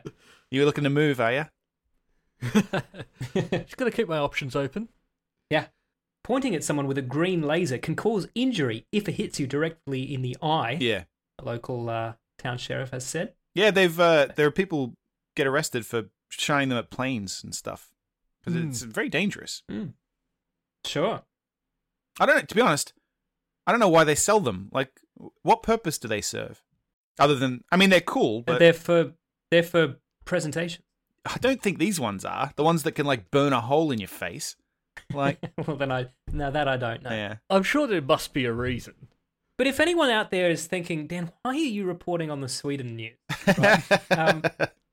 E: you were looking to move, are you?
F: Just gotta keep my options open.
C: Yeah. Pointing at someone with a green laser can cause injury if it hits you directly in the eye,
E: Yeah.
C: a local uh, town sheriff has said.
E: Yeah, they've uh, there are people get arrested for shining them at planes and stuff because
C: Hmm.
F: Mm.
E: it's very dangerous.
C: Sure.
E: I don't. know- To be honest, I don't know why they sell them. Like, what purpose do they serve? Other than, I mean, they're cool,
C: But
E: but
C: they're for, they're for presentation.
E: I don't think these ones are the ones that can like burn a hole in your face. Like,
C: well, then I, now that I don't know.
E: yeah,
F: I'm sure there must be a reason.
C: But if anyone out there is thinking, Dan, why are you reporting on the Sweden news? Right? um,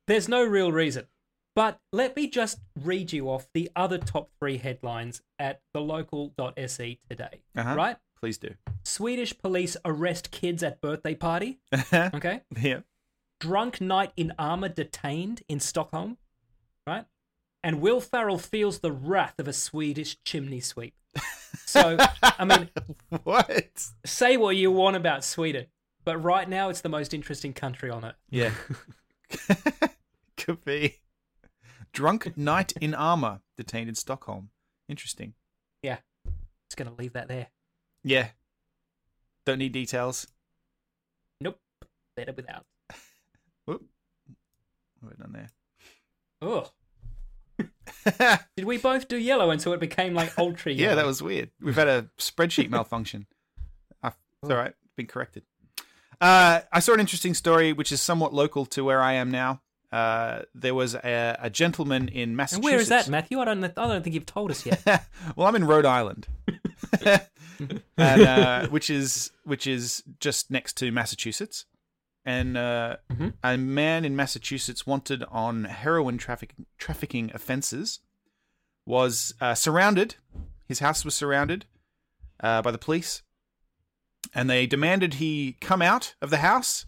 C: there's no real reason. But let me just read you off the other top three headlines at thelocal.se today.
E: Uh-huh.
C: Right?
E: please do.
C: Swedish police arrest kids at birthday party. Okay.
E: yeah,
C: Drunk knight in armor detained in Stockholm. Right? And Will Farrell feels the wrath of a Swedish chimney sweep. So, I mean,
E: what?
C: say what you want about Sweden, but right now it's the most interesting country on earth.
E: Yeah, could be. Drunk knight in armor detained in Stockholm. Interesting.
C: Yeah. It's going to leave that there.
E: Yeah, don't need details.
C: Nope. Better without.
E: Whoop. What have I done there?
C: Oh. Did we both do yellow until it became like ultra
E: Yeah,
C: yellow?
E: that was weird. We've had a spreadsheet malfunction. I, it's all right, been corrected. Uh, I saw an interesting story, which is somewhat local to where I am now. Uh, there was a, a gentleman in Massachusetts.
C: And where is that, Matthew? I don't, I don't think you've told us yet.
E: well, I'm in Rhode Island. and, uh, which is which is just next to Massachusetts. And uh, a man in Massachusetts wanted on heroin traffic- trafficking offences was uh, surrounded. His house was surrounded uh, by the police, and they demanded he come out of the house.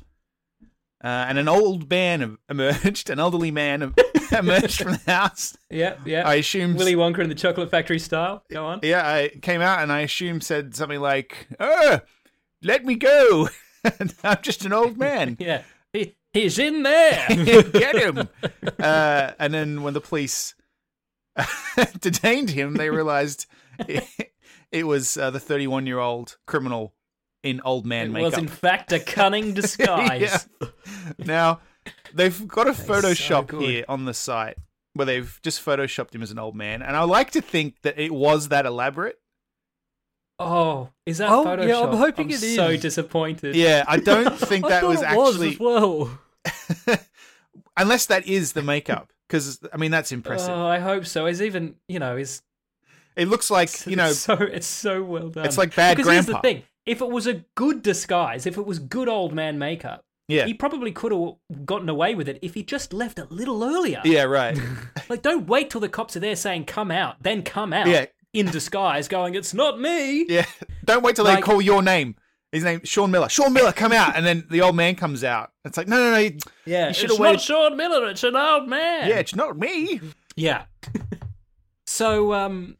E: Uh, and an old man em- emerged, an elderly man em- emerged from the house.
C: Yeah, yeah.
E: I assume
C: Willy Wonka and the Chocolate Factory style. Go on.
E: yeah, I came out and I assume said something like, "Oh, let me go. I'm just an old man.
C: Yeah. He, he's in there.
E: Get him." Uh, and then when the police detained him, they realized it, it was uh, the 31 year old criminal in old man
C: it
E: makeup.
C: was in fact a cunning disguise.
E: Yeah. Now, they've got a Photoshop
C: good.
E: here on the site where they've just photoshopped him as an old man, and I like to think that it was that elaborate.
C: Oh, is that
F: Oh,
C: Photoshop?
F: yeah, I'm hoping it
C: So
F: is.
C: disappointed.
E: Yeah, I don't think
F: I
E: that
F: thought
E: was
F: it
E: actually
F: as well.
E: unless that is the makeup because i mean that's impressive
C: Oh, I hope so. It's even you know, it's
E: it looks like you know
C: it's so it's so well done.
E: It's like bad
C: because here's the
E: grandpa.
C: thing: if it was a good disguise, if it was good old man makeup,
E: yeah
C: he probably could have gotten away with it if he just left a little earlier.
E: yeah right
C: Like, don't wait till the cops are there saying "come out," then come out
E: Yeah.
C: in disguise, going "it's not me."
E: yeah don't wait till they
C: Like-
E: call your name his name sean miller sean miller come out and then the old man comes out it's like no no no you-
C: Yeah,
E: you should
C: it's
E: have
C: not
E: waited
C: Sean Miller; it's an old man.
E: yeah it's not me
C: Yeah. so, um,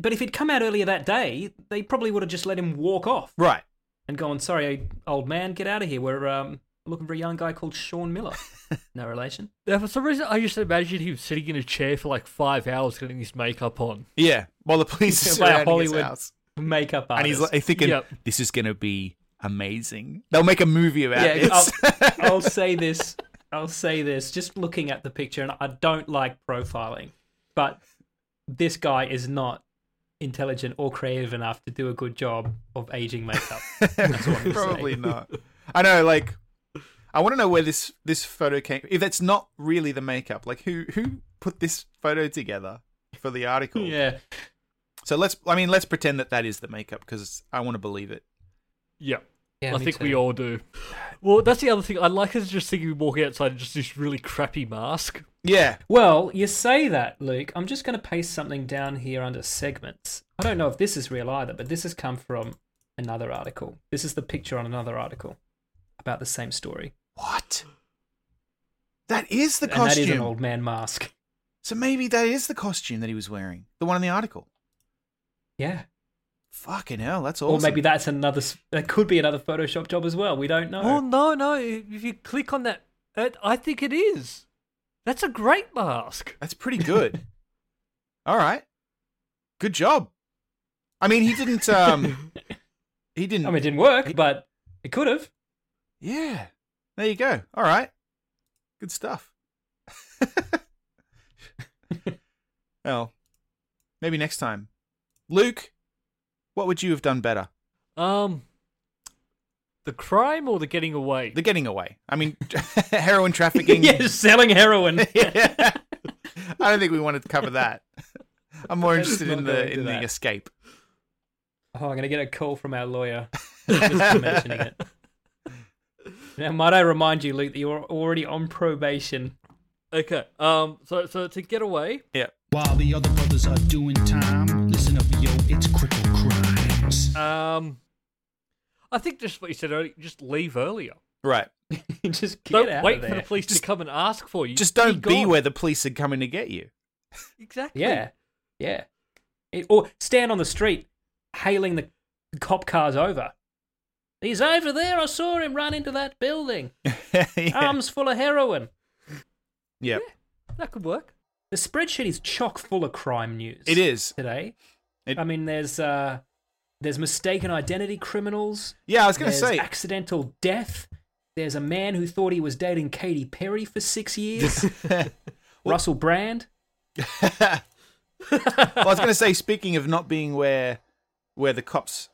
C: but if he'd come out earlier that day, they probably would have just let him walk off
E: right
C: and gone, sorry, old man, get out of here. We're um, looking for a young guy called Sean Miller. No relation.
F: Now, for some reason, I used to imagine him sitting in a chair for like five hours getting his makeup on.
E: yeah while the police are
C: By a
E: surrounding
C: Hollywood
E: his house
C: Makeup
E: and
C: artist.
E: he's like thinking
F: Yep.
E: this is gonna be amazing they'll make a movie about
C: yeah, oh,
E: this
C: I'll, I'll say this. I'll say this. Just looking at the picture, and I don't like profiling, but this guy is not intelligent or creative enough to do a good job of aging makeup.
E: Probably not. I know, like I want to know where this this photo came. If that's not really the makeup, like who who put this photo together for the article?
C: yeah.
E: So let's I mean, let's pretend that that is the makeup because I want to believe it.
F: Yeah.
C: Yeah,
F: I
C: me
F: think
C: too.
F: we all do. Well, that's the other thing. I like is just thinking we walking outside and just this really crappy mask.
E: Yeah.
C: Well, you say that, Luke. I'm just going to paste something down here under segments. I don't know if this is real either, but this has come from another article. This is the picture on another article about the same story.
E: What? That is the
C: and that is
E: costume.
C: an old man mask.
E: so maybe that is the costume that he was wearing. The one in the article.
C: Yeah.
E: Fucking hell, that's awesome.
C: Or maybe that's another, s- that could be another Photoshop job as well. We don't know.
F: Oh no, no! If you click on that, it, I think it is. That's a great mask.
E: That's pretty good. All right. Good job. I mean, he didn't um he didn't
C: I mean, it didn't work, but it could have.
E: Yeah. There you go. All right. Good stuff. well, maybe next time. Luke, what would you have done better?
F: Um, the crime or the getting away?
E: The getting away. I mean, heroin trafficking.
C: yeah, selling heroin.
E: Yeah. I don't think we wanted to cover that. I'm more
C: Let's
E: interested
C: not
E: in
C: go
E: the
C: into
E: in
C: that.
E: the escape.
C: Oh, I'm going to get a call from our lawyer just for mentioning it. Now, might I remind you, Luke, that you're already on probation.
F: okay. Um. So, so to get away.
E: Yeah.
G: While the other brothers are doing time, listen up, yo, it's Critical Crimes.
F: Um. I think just what you said earlier. Just leave earlier.
E: Right.
C: just get
F: Don't
C: out
F: wait
C: of
F: for the
C: there.
F: police
E: Just-
F: to come and ask for you.
E: Just don't be
F: gone.
E: where the police are coming to get you.
F: Exactly.
C: Yeah, yeah. It- or stand on the street, hailing the cop cars over. He's over there. I saw him run into that building.
E: yeah.
C: Arms full of heroin.
E: Yep.
F: That could work.
C: The spreadsheet is chock full of crime news.
E: It is.
C: today.
E: It-
C: I mean, there's uh, there's mistaken identity criminals.
E: Yeah, I was going to
C: there's
E: say.
C: accidental death. There's a man who thought he was dating Katy Perry for six years. Russell Brand.
E: well, I was going to say, speaking of not being where where the cops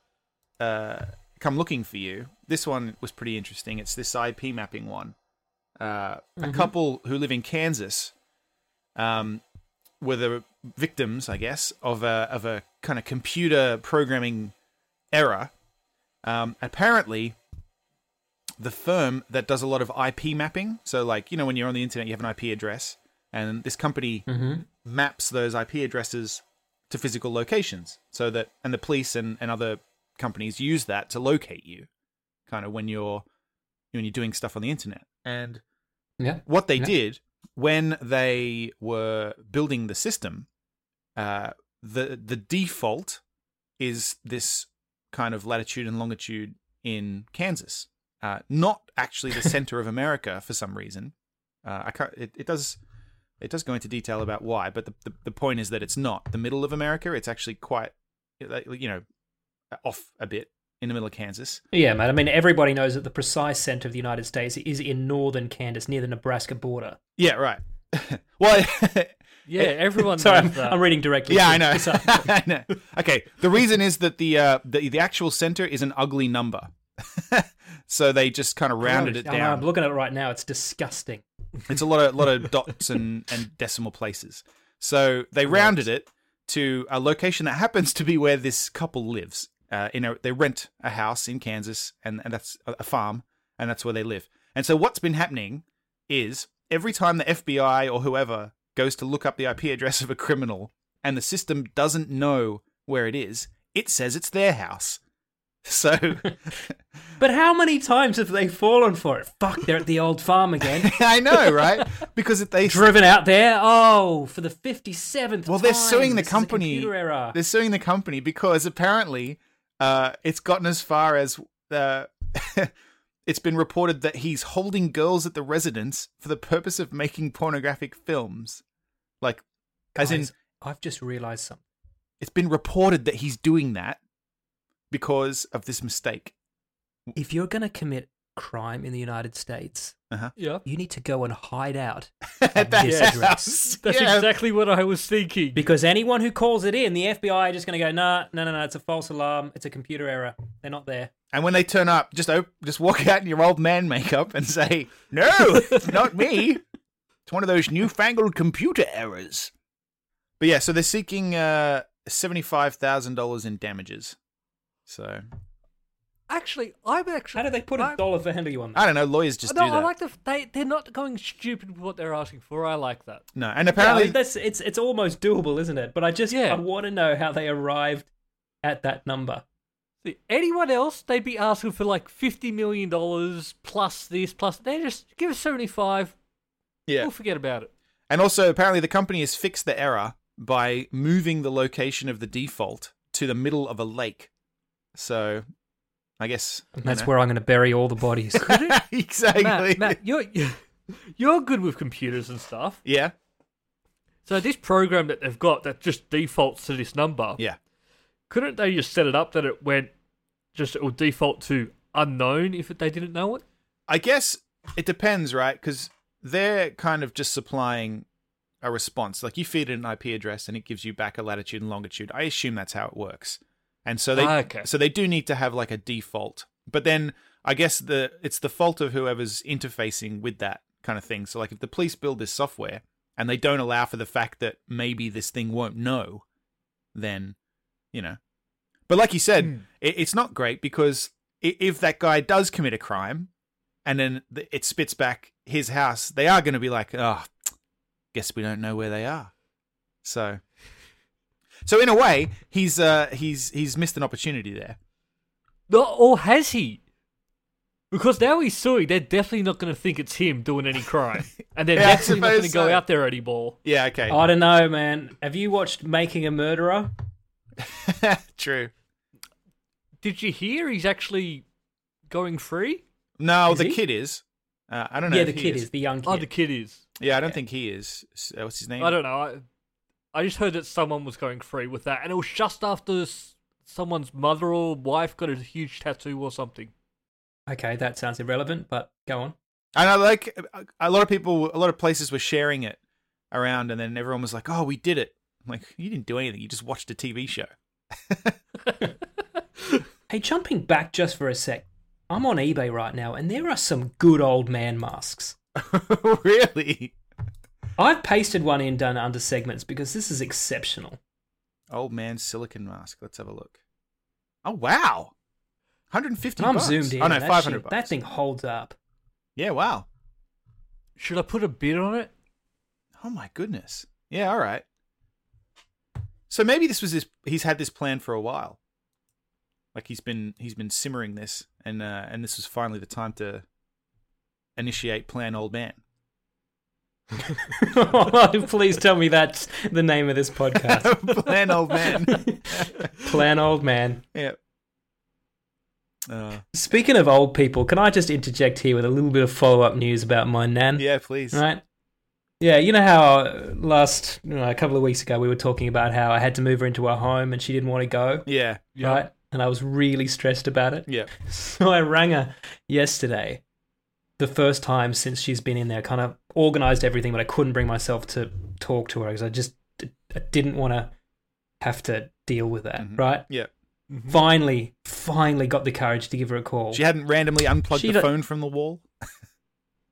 E: uh, come looking for you, this one was pretty interesting. It's this IP mapping one. Uh, A couple who live in Kansas um, were the victims, I guess, of a of a kind of computer programming error. Um, apparently, the firm that does a lot of IP mapping, so like you know when you're on the internet, you have an IP address, and this company maps those IP addresses to physical locations, so that and the police and, and other companies use that to locate you, kind of when you're when you're doing stuff on the internet. And
C: Yeah.
E: what they
C: Yeah.
E: did when they were building the system, uh, the the default is this kind of latitude and longitude in Kansas, uh, not actually the center of America for some reason. Uh, I can't, it, it does it does go into detail about why, but the, the the point is that it's not the middle of America. It's actually quite you know off a bit in the middle of Kansas.
C: Yeah, mate. I mean, everybody knows that the precise center of the United States is in northern Kansas, near the Nebraska border.
E: Yeah, right. well,
F: Yeah, everyone
C: Sorry,
F: knows
C: I'm,
F: that.
C: I'm reading directly.
E: yeah,
C: from-
E: I know.
C: it's a-
E: I know. Okay, the reason is that the uh, the the actual center is an ugly number, so they just kind of rounded it
C: I know, I'm
E: down.
C: looking at it right now. It's disgusting.
E: It's a lot of lot of dots and and decimal places. So they rounded it to a location that happens to be where this couple lives. Uh, you know, they rent a house in Kansas, and, and that's a a farm, and that's where they live. And so what's been happening is every time the FBI or whoever goes to look up the IP address of a criminal, and the system doesn't know where it is, it says it's their house. So
C: But how many times have they fallen for it? Fuck, they're at the old farm again.
E: I know, right? Because if they
C: Driven out there. Oh, for the 57th
E: Well, they're
C: time.
E: suing the
C: This is a
E: company.
C: computer error.
E: They're suing the company because apparently uh, it's gotten as far as uh, it's been reported that he's holding girls at the residence for the purpose of making pornographic films. Like, as in,
C: Guys, I've just realized something.
E: it's been reported that he's doing that because of this mistake.
C: If you're going to commit crime in the United States,
F: yeah.
C: you need to go and hide out
E: At
C: at
E: that
C: this
E: house.
C: address.
F: That's
E: Yeah.
F: exactly what I was thinking.
C: Because anyone who calls it in, the FBI are just going to go, nah, no, no, no, it's a false alarm. It's a computer error. They're not there.
E: And when they turn up, just op- just walk out in your old man makeup and say, "No, it's not me. It's one of those newfangled computer errors." But yeah, so they're seeking uh, seventy-five thousand dollars in damages. So
F: Actually, I'm actually.
C: How do they put a
F: I'm-
C: dollar value on that?
E: I don't know. Lawyers just
F: no,
E: do that.
F: I like the. f- They they're not going stupid with what they're asking for. I like that.
E: no, and
C: Yeah, I
E: apparently,
C: mean, that's, it's, it's almost doable, isn't it? But I just
F: Yeah.
C: I want to know how they arrived at that number.
F: See, anyone else, they'd be asking for like fifty million dollars plus this plus. They just give us seventy five.
E: yeah,
F: We'll forget about it.
E: and also apparently the company has fixed the error by moving the location of the default to the middle of a lake. So, I guess you
C: That's
E: know.
C: where I'm going to bury all the bodies.
E: exactly.
F: Matt, Matt, you're you're good with computers and stuff.
E: Yeah,
F: So this program that they've got that just defaults to this number.
E: yeah.
F: Couldn't they just set it up that it went just it will default to unknown if they didn't know it?
E: I guess it depends, right? Because they're kind of just supplying a response. Like you feed it an IP address, and it gives you back a latitude and longitude. I assume that's how it works. And so they,
F: Ah, okay.
E: so they do need to have like a default. But then I guess the it's the fault of whoever's interfacing with that kind of thing. So like if the police build this software and they don't allow for the fact that maybe this thing won't know, then you know. But like you said,
F: Hmm.
E: it, it's not great because i- if that guy does commit a crime, and then th- it spits back his house, they are going to be like, oh, guess we don't know where they are. So, so in a way, he's uh, he's he's missed an opportunity there.
F: No, or has he? Because now he's suing, they're definitely not going to think it's him doing any crime, and they're
E: Yeah, I
F: definitely not going to
E: suppose
F: go
E: so.
F: out there anymore.
E: Yeah. Okay.
C: I don't know, man. Have you watched Making a Murderer?
E: True.
F: Did you hear he's actually going free?
E: No,
C: Is
E: the
C: he?
E: kid is. Uh, I don't know.
C: Yeah,
E: if
C: the
E: he
C: kid is. the young kid.
F: Oh, the kid is.
E: Yeah, I don't think he is. S- uh, What's his name?
F: I don't know. I, I just heard that someone was going free with that, and it was just after s- someone's mother or wife got a huge tattoo or something.
C: Okay, that sounds irrelevant, but go on.
E: And I like a- a lot of people, a lot of places were sharing it around, and then everyone was like, "Oh, we did it." I'm like, you didn't do anything. You just watched a TV show.
C: Hey, jumping back just for a sec, I'm on eBay right now, and there are some good old man masks.
E: really?
C: I've pasted one in done under segments because this is exceptional.
E: Old man silicon mask. Let's have a look. Oh wow, 150.
C: I'm
E: bucks.
C: zoomed in.
E: Oh no,
C: that
E: 500
C: shit-
E: bucks.
C: That thing holds up.
E: Yeah, wow.
F: Should I put a bid on it?
E: Oh my goodness. Yeah, all right. So maybe this was his. He's had this plan for a while. Like he's been he's been simmering this, and uh, and this was finally the time to initiate plan old man.
C: Please tell me that's the name of this podcast.
E: plan old man.
C: Plan old man.
E: yeah. Uh,
C: Speaking of old people, can I just interject here with a little bit of follow up news about my nan?
E: yeah, please.
C: Right? Yeah, you know how uh, last you know, a couple of weeks ago we were talking about how I had to move her into her home and she didn't want to go,
E: Yeah,
C: right? And I was really stressed about it.
E: yeah.
C: So I rang her yesterday, the first time since she's been in there, kind of organized everything, but I couldn't bring myself to talk to her because I just d- I didn't want to have to deal with that,
E: Mhm.
C: right?
E: Yeah.
C: Finally, finally got the courage to give her a call
E: She hadn't randomly unplugged
C: She
E: the
C: don't-
E: phone from the wall.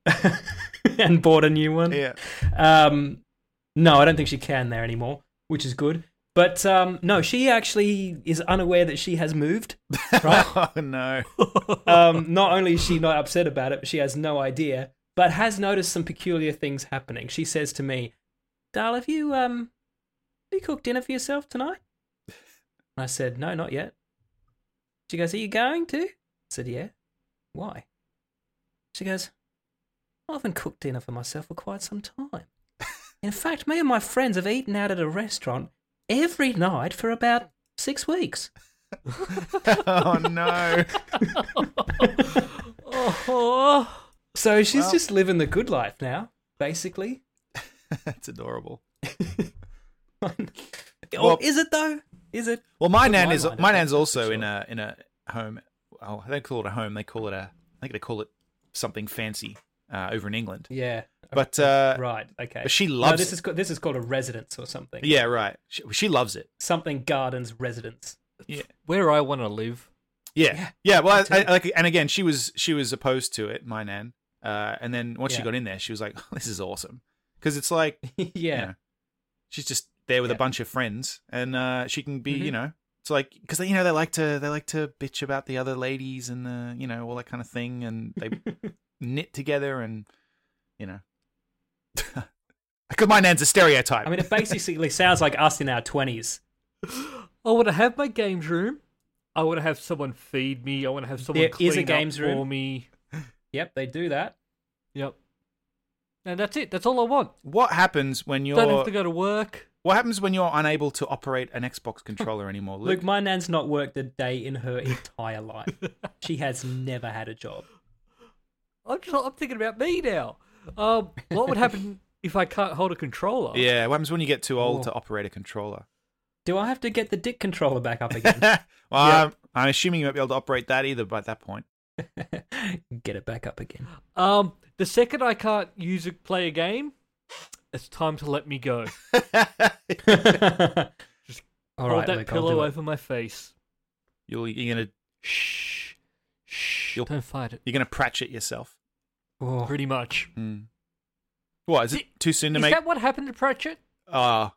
C: and bought a new one.
E: Yeah.
C: Um, no, I don't think she can there anymore, which is good. But um, no, she actually is unaware that she has moved. Right?
E: oh no.
C: um, not only is she not upset about it, but she has no idea, but has noticed some peculiar things happening. She says to me, "Darl, have you um, have you cooked dinner for yourself tonight?" And I said, "No, not yet." She goes, "Are you going to?" I said, "Yeah." Why? She goes, "I haven't cooked dinner for myself for quite some time. In fact, me and my friends have eaten out at a restaurant every night for about six weeks."
E: Oh no.
F: Oh,
C: So she's
E: Wow.
C: just living the good life now, basically.
E: That's adorable. Well-
C: or is it though? Is it?
E: Well, my
C: But
E: nan
C: my
E: is
C: line of
E: my
C: defense
E: nan's
C: is
E: also in
C: short.
E: a in a home. Oh, they don't call it a home. They call it a. I think they call it something fancy uh, over in England.
C: Yeah.
E: But uh,
C: right. Okay.
E: but she
C: No,
E: loves
C: this
E: it.
C: is ca- this is called a residence or something.
E: yeah, right. She, she loves it.
C: Something gardens residence.
F: where I want to live.
E: Yeah, yeah.
C: Yeah,
E: well,
C: me
E: I,
C: too.
E: I, like, and again, she was she was opposed to it. My nan. Uh, and then once she
C: Yeah.
E: got in there, she was like, "This is awesome," because it's like
C: yeah.
E: you know, she's just there with a
C: Yeah.
E: bunch of friends, and uh, she can be, you
C: Mhm.
E: know, it's like because you know they like to they like to bitch about the other ladies and uh, you know all that kind of thing, and they knit together and you know, because my nan's a stereotype.
C: I mean, it basically sounds like us in our twenties.
F: I want to have my games room. I want to have someone feed me. I want to have someone
C: There
F: clean
C: is a games
F: up for
C: room.
F: me.
C: Yep, they do that.
F: Yep. And that's it. That's all I want.
E: what happens when you're
F: Don't have to go to work.
E: what happens when you're unable to operate an Xbox controller anymore,
C: Luke,
E: Luke?
C: my nan's not worked a day in her entire life. she has never had a job.
F: I'm just, I'm thinking about me now. Um, what would happen if I can't hold a controller?
E: yeah, what happens when you get too old
C: Oh.
E: to operate a controller?
C: Do I have to get the dick controller back up again?
E: well, I'm, I'm assuming you won't be able to operate that either by that point.
C: get it back up again.
F: Um, the second I can't use a, play a game, it's time to let me go.
C: All
F: hold
C: right,
F: that
C: Luke, I'll do
F: pillow
C: it.
F: over my face.
E: You'll, you're gonna
F: Shh, shh.
E: You'll-
F: Don't fight it.
E: you're gonna pratchett yourself.
C: Oh.
F: Pretty much.
E: Mm. What is it
F: Di-
E: too soon to
F: Is
E: make?
F: that what happened to Pratchett?
E: Uh,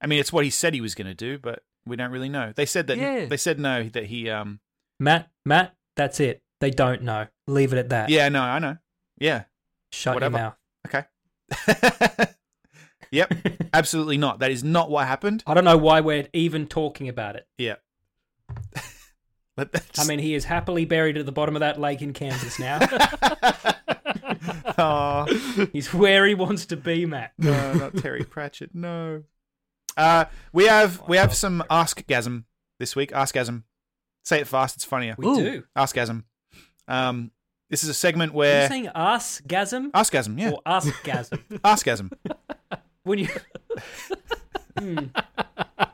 E: I mean, it's what he said he was going to do, but we don't really know. They said that
F: Yeah.
E: they said no that he um
C: Matt, Matt, that's it. They don't know. Leave it at that.
E: yeah no I know yeah
C: Shut
E: whatever.
C: your mouth.
E: okay yep absolutely not that is not what happened
C: I don't know why we're even talking about it.
E: yeah but that's
C: I mean, he is happily buried at the bottom of that lake in Kansas now.
E: Aw.
C: He's where he wants to be, Matt.
E: oh, no not Terry Pratchett no uh we have we have some askgasm this week askgasm say it fast it's funnier
C: We
F: Ooh.
C: do.
E: askgasm um this is a segment
C: Are you
E: where
C: saying us gasm
E: askgasm Oh, yeah
C: or us gasm?
E: askgasm
C: when you. Hmm.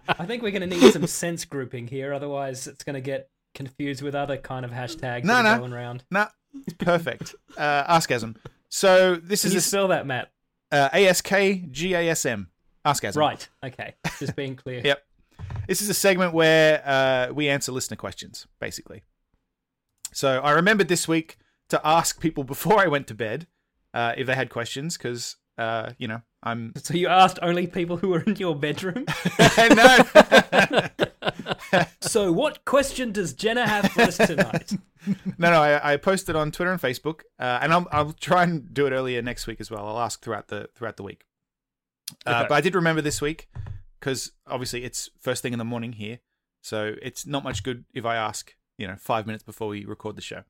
C: I think we're going to need some sense grouping here, otherwise it's going to get confused with other kind of hashtags
E: No,
C: that are
E: no.
C: going around.
E: No, it's perfect. Uh, askasm. So this
C: Can
E: is
C: you
E: a s-
C: spell that, Matt?
E: uh, A S K G A S M. Askasm.
C: Right. Okay. Just being clear.
E: Yep. This is a segment where uh, we answer listener questions, basically. So I remembered this week to ask people before I went to bed uh, if they had questions, because uh, you know I'm
C: So you asked only people who were in your bedroom?
E: no.
C: So, what question does Jenna have for us tonight?
E: No, no, I, I posted on Twitter and Facebook, uh, and I'll, I'll try and do it earlier next week as well. I'll ask throughout the throughout the week. Uh,
F: Okay.
E: But I did remember this week because obviously it's first thing in the morning here, so it's not much good if I ask you know five minutes before we record the show.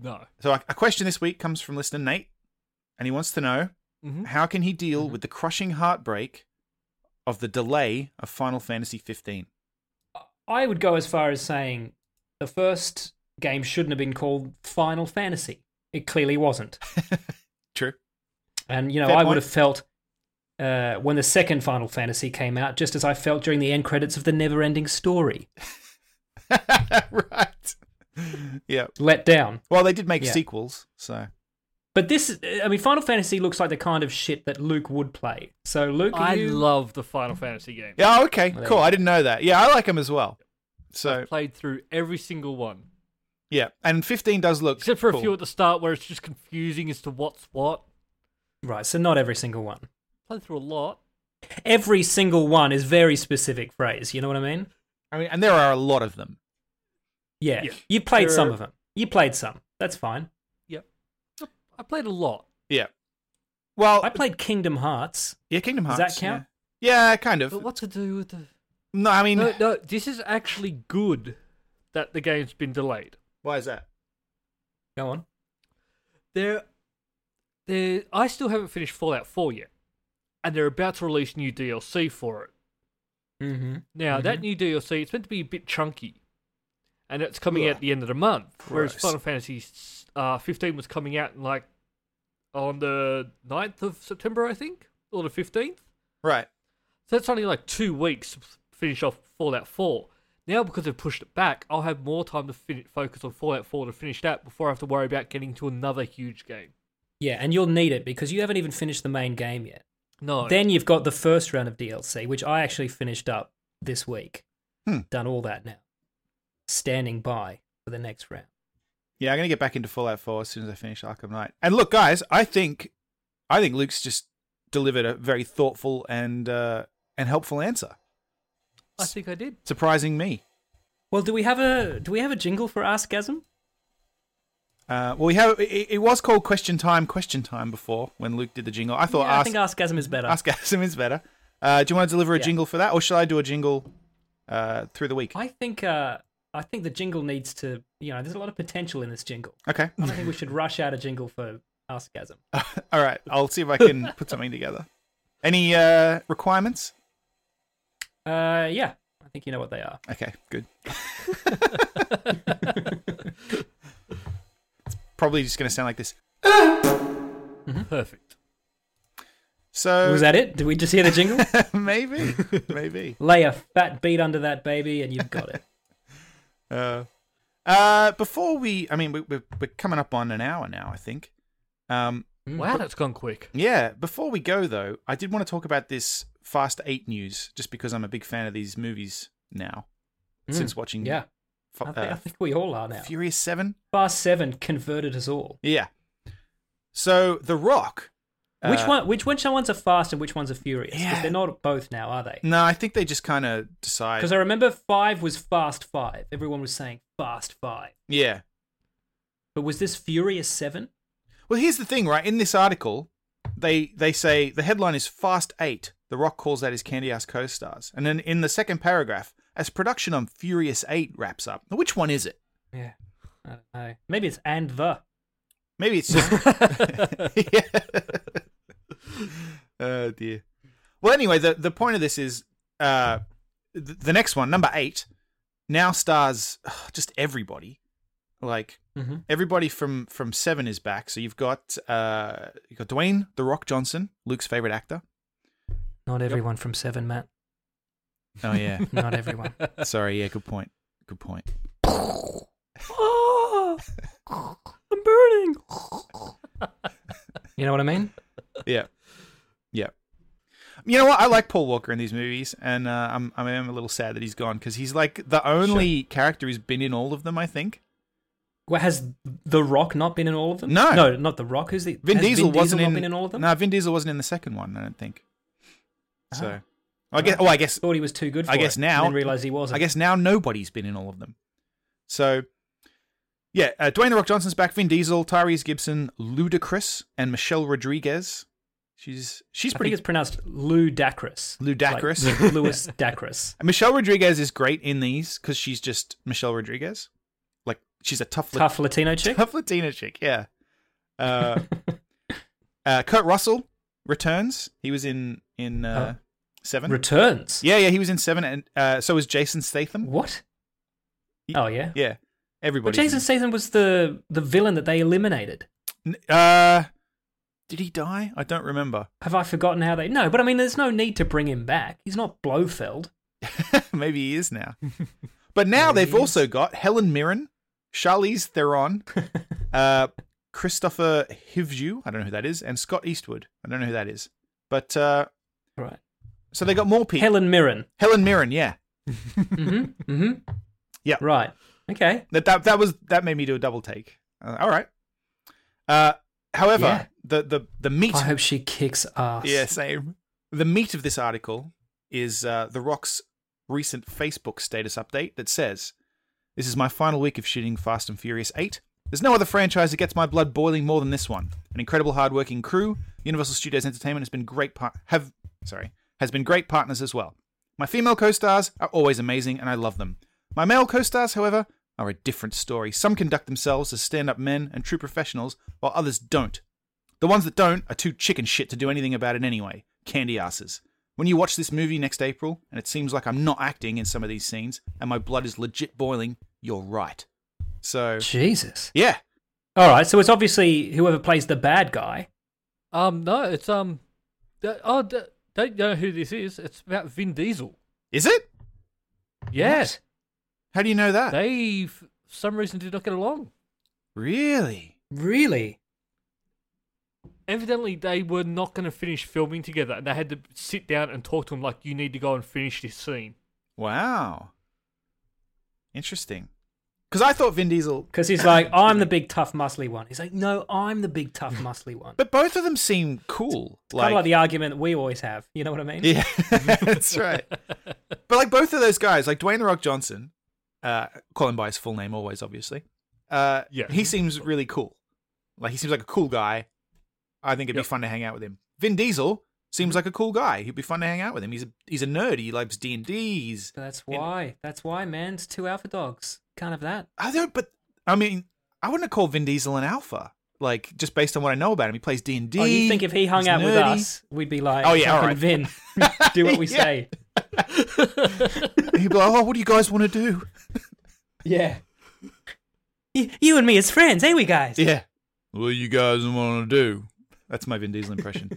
F: No.
E: So a a question this week comes from listener Nate, and he wants to know
F: Mhm.
E: how can he deal with the crushing heartbreak of the delay of Final Fantasy 15.
C: I would go as far as saying the first game shouldn't have been called Final Fantasy. It clearly wasn't.
E: True.
C: And, you know,
E: Fair
C: I would
E: point.
C: have felt uh, when the second Final Fantasy came out, just as I felt during the end credits of The Never Ending Story.
E: right. yeah.
C: Let down.
E: Well, they did make
C: Yeah.
E: sequels, so
C: But this, I mean, Final Fantasy looks like the kind of shit that Luke would play. So, Luke, are
F: I
C: you-
F: love the Final Fantasy games.
E: yeah. oh, Okay.
C: Well, there
E: cool.
C: you
E: I didn't know that. Yeah, I like them as well. So
F: Played through every single one.
E: yeah, and 15 does look
F: Except for
E: cool.
F: a few at the start where it's just confusing as to what's what.
C: Right, so not every single one.
F: Played through a lot.
C: Every single one is very specific phrase. You know what I mean?
E: I mean, and there are a lot of them.
C: Yeah.
F: Yeah.
C: You played
F: There
C: some
F: are-
C: of them. You played some. That's fine.
F: Yep. I played a lot.
E: Yeah. Well,
C: I played Kingdom Hearts.
E: yeah, Kingdom
C: Does
E: Hearts.
C: that count?
E: Yeah, yeah kind of.
F: But what to do with the
E: No, I mean,
F: No, no, this is actually good that the game's been delayed.
E: why is that?
C: Go on.
F: There, there. I still haven't finished Fallout 4 yet, and they're about to release new DLC for it.
C: Mm-hmm.
F: Now that new DLC, it's meant to be a bit chunky, and it's coming out
E: Ugh.
F: at the end of the month. Whereas
E: Gross.
F: Final Fantasy uh, 15 was coming out in like on the 9th of September, I think, or the 15th.
E: Right.
F: So that's only like two weeks to finish off Fallout 4. Now, because they've pushed it back, I'll have more time to fin- focus on Fallout 4 to finish that before I have to worry about getting to another huge game.
C: Yeah, and you'll need it because you haven't even finished the main game yet.
F: No.
C: Then you've got the first round of DLC, which I actually finished up this week.
E: Hmm.
C: Done all that now. Standing by for the next round.
E: Yeah, I'm gonna get back into Fallout 4 as soon as I finish Arkham Knight. And look, guys, I think, I think Luke's just delivered a very thoughtful and uh, and helpful answer,
F: I think I did.
E: surprising me.
C: Well, do we have a do we have a jingle for Askasm?
E: Uh, well, we have it, it was called Question Time, Question Time before when Luke did the jingle. I thought
C: yeah, I
E: ask
C: think Askasm is better.
E: ask Asim is better. Uh, do you want to deliver a
C: Yeah.
E: jingle for that, or shall I do a jingle uh, through the week?
C: I think uh, I think the jingle needs to you know there's a lot of potential in this jingle.
E: Okay,
C: I don't think we should rush out a jingle for Askasm.
E: all right. I'll see if I can put something together. Any uh, requirements?
C: Uh, yeah, I think you know what they are.
E: Okay, good. it's probably just going to sound like this.
C: Mm-hmm.
F: Perfect.
E: So
C: Was that it? Did we just hear the jingle?
E: maybe, maybe.
C: Lay a fat beat under that baby, and you've got it.
E: Uh, uh, before we, I mean, we, we're we're coming up on an hour now. I think. Um,
C: Hmm. Mm-hmm.
F: Wow, that's gone quick.
E: yeah. Before we go though, I did want to talk about this Fast Eight news, just because I'm a big fan of these movies now. Since watching,
C: Hmm. Yeah,
E: Fu-
C: I, think I
E: uh,
C: think we all are now.
E: Furious Seven.
C: Fast Seven converted us all.
E: Yeah. So The Rock.
C: Which
E: uh,
C: one? Which which ones are fast and which ones are furious? 'Cause
E: Yeah. Mm,
C: they're not both now, are they?
E: No, I think they just kind of decide.
C: Because I remember five was Fast Five. Everyone was saying Fast Five,
E: yeah.
C: but was this Furious Seven?
E: Well, here's the thing, right? In this article, they they say the headline is Fast Eight. The Rock calls that his candy ass co-stars, and then in the second paragraph, as production on Furious Eight wraps up, now, which one is it?
C: Yeah, I don't know. Maybe it's and the.
E: Maybe it's just. oh dear. Well, anyway, the the point of this is uh, the, the next one, number eight, now stars ugh, just everybody, like
C: Mm-hmm.
E: everybody from from Seven is back. So you've got uh you have got Dwayne the Rock Johnson, Luke's favorite actor.
C: Not everyone from Seven, Matt.
E: Oh yeah.
C: Not everyone.
E: Sorry. Yeah. Good point. Good point.
C: Ah! I'm burning. you know what I mean?
E: Yeah. Yeah. You know what? I like Paul Walker in these movies, and uh, I'm I am a little sad that he's gone because he's like the only character who's been in all of them. I think
C: Well, has The Rock not been in all of them?
E: No.
C: no, not The Rock. Who's the
E: Vin
C: has
E: Diesel
C: Vin Diesel
E: wasn't
C: not
E: in,
C: been in all of them? Ah.
E: No, Vin Diesel wasn't in the second one. I don't think. So I guess. Oh, I guess.
C: Thought he was too good for
E: I guess
C: it,
E: now-
C: And then realised he wasn't.
E: I guess now nobody's been in all of them. So, yeah, uh, Dwayne the Rock Johnson's back. Vin Diesel, Tyrese Gibson, Ludacris, and Michelle Rodriguez. She's she's
C: I think
E: pretty.
C: it's pronounced Lou Dacris.
E: Ludacris.
C: Like, Louis Dacris.
E: And Michelle Rodriguez is great in these because she's just Michelle Rodriguez. Like she's a tough,
C: Tough Latino chick.
E: tough Latina chick. Yeah. Uh, uh, Kurt Russell returns. He was in in
C: Oh.
E: uh, seven.
C: Returns.
E: yeah, yeah, he was in seven, and uh, so was Jason Statham.
C: What?
E: He-
C: Oh yeah.
E: Yeah,
C: But
E: everybody.
C: Jason Statham was the the villain that they eliminated.
E: Uh, did he die? I don't remember.
C: Have I forgotten how they? No, but I mean, there's no need to bring him back. He's not Blofeld.
E: Maybe he is now. But now they've also got Helen Mirren, Charlize Theron, uh, Christopher Hivju, I don't know who that is, and Scott Eastwood. I don't know who that is. But uh,
C: Right.
E: so they got more people. Helen,
C: Helen Mirren.
E: Mirren, yeah.
C: Mm-hmm. mm-hmm.
E: Yeah.
C: Right. Okay.
E: That, that that was that made me do a double take. Uh, all right. Uh, however,
C: Yeah.
E: the the the meat.
C: I hope she kicks ass.
E: Yeah, same. The meat of this article is uh, The Rock's recent Facebook status update that says, This is my final week of shooting Fast and Furious 8. There's no other franchise that gets my blood boiling more than this one. An incredible hardworking crew, Universal Studios Entertainment has been great par- have sorry, has been great partners as well. My female co-stars are always amazing and I love them. My male co-stars, however, are a different story. Some conduct themselves as stand-up men and true professionals, while others don't. The ones that don't are too chicken shit to do anything about it anyway. Candy asses. When you watch this movie next April, and it seems like I'm not acting in some of these scenes, and my blood is legit boiling, you're right. So,
C: Jesus.
E: yeah.
C: All right. So it's obviously whoever plays the bad guy.
F: Um, no, it's um, th- oh, th- don't know who this is. It's about Vin Diesel.
E: Is it?
F: Yes,
E: How do you know that?
F: they for some reason did not get along.
E: really?
C: Really?
F: Evidently, they were not going to finish filming together, and they had to sit down and talk to him like, "You need to go and finish this scene."
E: Wow. Interesting. Because I thought Vin Diesel.
C: Because he's like, I'm the big tough muscly one. He's like, no, I'm the big tough muscly one.
E: But both of them seem cool.
C: kind of like the argument that we always have. You know what I mean?
E: Yeah, that's right. But like both of those guys, like Dwayne the Rock Johnson, uh, call him by his full name always, obviously. Uh,
F: Yeah.
E: he seems really cool. Like he seems like a cool guy. I think it'd
F: Yep.
E: be fun to hang out with him. Vin Diesel
C: Mm-hmm.
E: seems like a cool guy. He'd be fun to hang out with him. He's a he's a nerd. He likes D and D's.
C: So that's why. That's why, man. It's two alpha dogs. Kind of that.
E: I don't. But I mean, I wouldn't have called Vin Diesel an alpha. Like just based on what I know about him, he plays D and D.
C: Oh, you think if he hung out with us, we'd be like,
E: Oh, yeah, all
C: fucking
E: right.
C: Vin, do what we
E: Yeah.
C: say.
E: he'd be like, "Oh, what do you guys want to do?"
C: Yeah. You, you and me as friends, hey, we guys?
E: Yeah. What do you guys want to do? That's my Vin Diesel impression.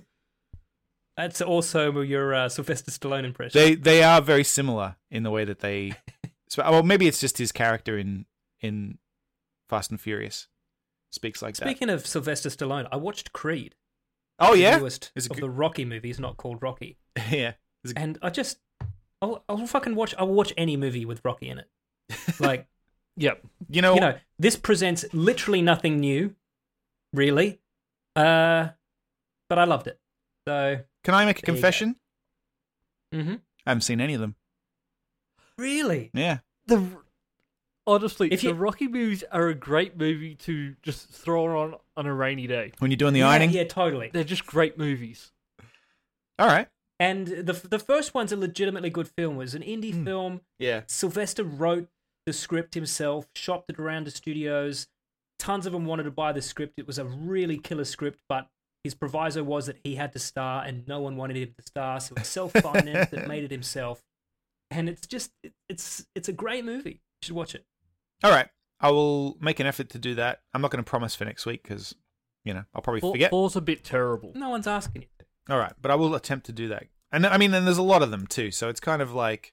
C: That's also your uh, Sylvester Stallone impression.
E: They they are very similar in the way that they. so- Well, maybe it's just his character in in Fast and Furious speaks like
C: Speaking of Sylvester Stallone, I watched Creed.
E: that. Oh yeah,
C: The newest
E: Is it
C: of
E: good?
C: the Rocky movies, not called Rocky.
E: yeah. Is it-
C: And I just, I'll, I'll fucking watch, I'll watch any movie with Rocky in it. Like,
F: Yep.
E: you know,
C: you know, this presents literally nothing new, really. Uh, but I loved it. So,
E: can I make a
C: There you go.
E: confession?
C: hmm
E: I haven't seen any of them.
C: really?
E: Yeah,
F: The honestly,
C: If you-
F: the Rocky movies are a great movie to just throw on on a rainy day.
E: when you're doing the
C: yeah,
E: ironing.
C: Yeah, totally.
F: They're just great movies.
E: All right.
C: And the the first one's a legitimately good film. It was an indie
E: Hmm.
C: film.
E: Yeah.
C: Sylvester wrote the script himself, shopped it around to studios. Tons of them wanted to buy the script. It was a really killer script, but his proviso was that he had to star, and no one wanted him to star, so it's self financed. that made it himself, and it's just it, it's it's a great movie. You should watch it.
E: All right. I will make an effort to do that. I'm not going to promise for next week because you know I'll probably
F: Fall-
E: forget.
F: Fall's a bit terrible.
C: No one's asking you. to.
E: All right, but I will attempt to do that. And I mean, and there's a lot of them too, so it's kind of like,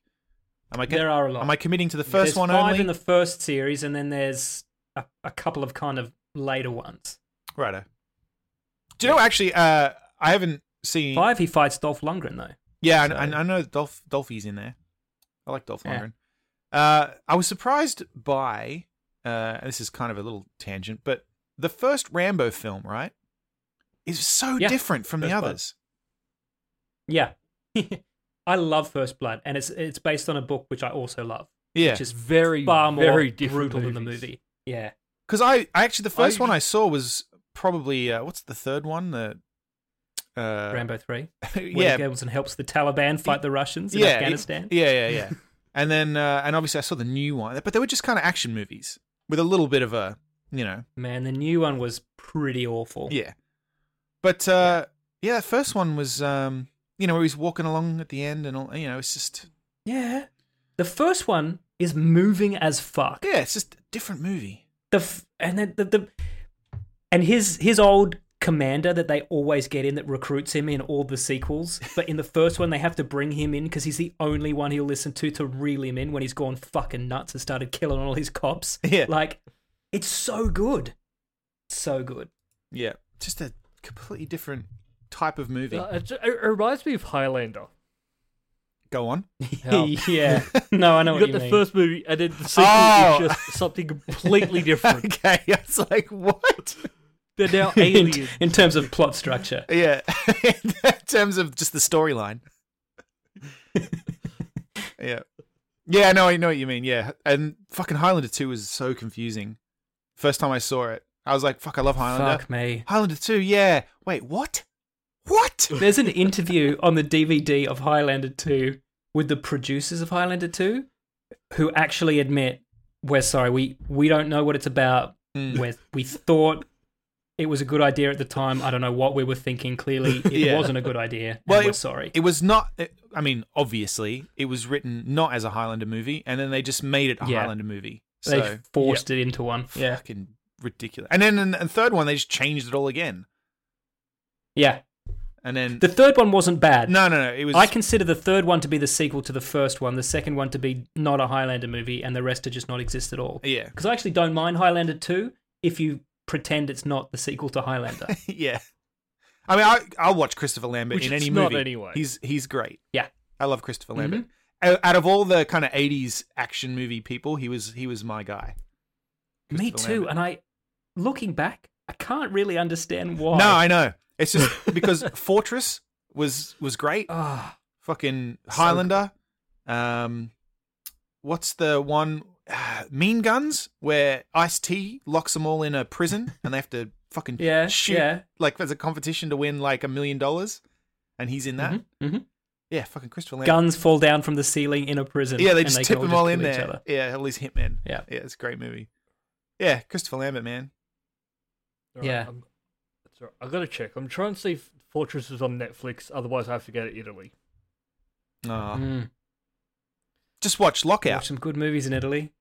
E: am I?
C: There are a lot.
E: Am I committing to the first
C: there's
E: one
C: five
E: only?
C: in the first series, and then there's a, a couple of kind of later ones.
E: Righto. Do you know actually? Uh, I haven't seen.
C: Five, he fights Dolph Lundgren though.
E: Yeah,
C: So-
E: I, I know Dolph Dolphy's in there. I like Dolph
C: Yeah.
E: Lundgren. Uh, I was surprised by. Uh, and this is kind of a little tangent, but the first Rambo film, right, is so
C: Yeah.
E: different from the
C: First one.
E: others.
C: Yeah. I I love First Blood, and it's it's based on a book which I also love,
E: Yeah,
C: which is
F: Very,
C: far more
F: very different
C: brutal than the
F: movies.
C: movie. Yeah,
E: because I, I actually the first
F: I-
E: one I saw was probably uh, what's the third one the uh,
C: Rambo three. Where
E: yeah,
C: Gabelson helps the Taliban fight the Russians in
E: yeah,
C: Afghanistan.
E: Yeah, yeah, yeah. and then uh, and obviously I saw the new one, but they were just kind of action movies with a little bit of a you know
C: Man, the new one was pretty awful.
E: yeah. But uh, yeah. that first one was um, you know where he's walking along at the end and all you know it's just
C: Yeah. The first one is moving as fuck.
E: yeah it's just a different movie.
C: The f- and then the, the and his his old commander that they always get in that recruits him in all the sequels, but in the first one they have to bring him in because he's the only one he'll listen to to reel him in when he's gone fucking nuts and started killing all his cops.
E: Yeah.
C: Like it's so good. So good.
E: Yeah, just a completely different type of movie.
F: Uh, it, it reminds me of Highlander.
E: Go on.
F: How-
C: yeah. No, I know
F: you
C: what
F: got
C: you
F: the
C: mean.
F: first movie, and then the sequel
E: Oh.
F: is just something completely different.
E: okay, it's like what?
F: They're now
C: in,
F: aliens.
C: in terms of plot structure.
E: Yeah, in terms of just the storyline. yeah, yeah, no, I know what you mean. Yeah, and fucking Highlander Two was so confusing. First time I saw it, I was like, "Fuck, I love
F: Oh,
E: Highlander."
C: Fuck me.
E: Highlander Two, yeah. Wait, what? What?
C: There's an interview on the DVD of Highlander 2 with the producers of Highlander 2 who actually admit we're sorry, we we don't know what it's about.
E: Mm.
C: We're, we thought it was a good idea at the time. I don't know what we were thinking. Clearly, it
E: Yeah.
C: wasn't a good idea. and
E: Well,
C: we're sorry.
E: It was not. It, I mean, obviously, it was written not as a Highlander movie, and then they just made it a
C: Yeah.
E: Highlander movie. So
C: they forced it into one. Yeah.
E: fucking ridiculous. And then in the third one, they just changed it all again.
C: Yeah.
E: And then
C: The third one wasn't bad.
E: no, no, no, it was.
C: I consider the third one to be the sequel to the first one, the second one to be not a Highlander movie, and the rest to just not exist at all.
E: Yeah.
C: Because I actually don't mind Highlander 2 if you pretend it's not the sequel to Highlander.
E: yeah. I mean, I I'll watch Christopher Lambert
F: Which
E: in any
F: it's not
E: movie.
F: anyway.
E: He's he's great.
C: Yeah.
E: I love Christopher Lambert. O- Out of all the kind of '80s action movie people, he was he was my guy.
C: Me
E: Christopher
C: too.
E: Lambert.
C: And I, looking back, I can't really understand why.
E: No, I know. It's just because Fortress was was great.
F: Oh.
C: Ah,
E: Fucking Highlander. Um, what's the one? mean Guns, where Ice T locks them all in a prison and they have to fucking
C: Yeah,
E: shoot
C: yeah.
E: like there's a competition to win like a million dollars, and he's in that.
C: mhm, mhm.
E: Yeah, fucking Christopher Lambert.
C: Guns fall down from the ceiling in a prison.
E: Yeah, they
C: and
E: just
C: can
E: tip them
C: just
E: all in
C: kill each
E: there.
C: other.
E: Yeah, all these hitmen.
C: Yeah.
E: yeah, it's a great movie. Yeah, Christopher Lambert, man.
F: Alright,
C: Yeah.
F: I'm, that's all right. I've got to check. I'm trying to see if Fortress is on Netflix. Otherwise, I have to go to Italy.
E: Oh.
C: Mm.
E: Just watch Lockout.
C: Watch some good movies in Italy.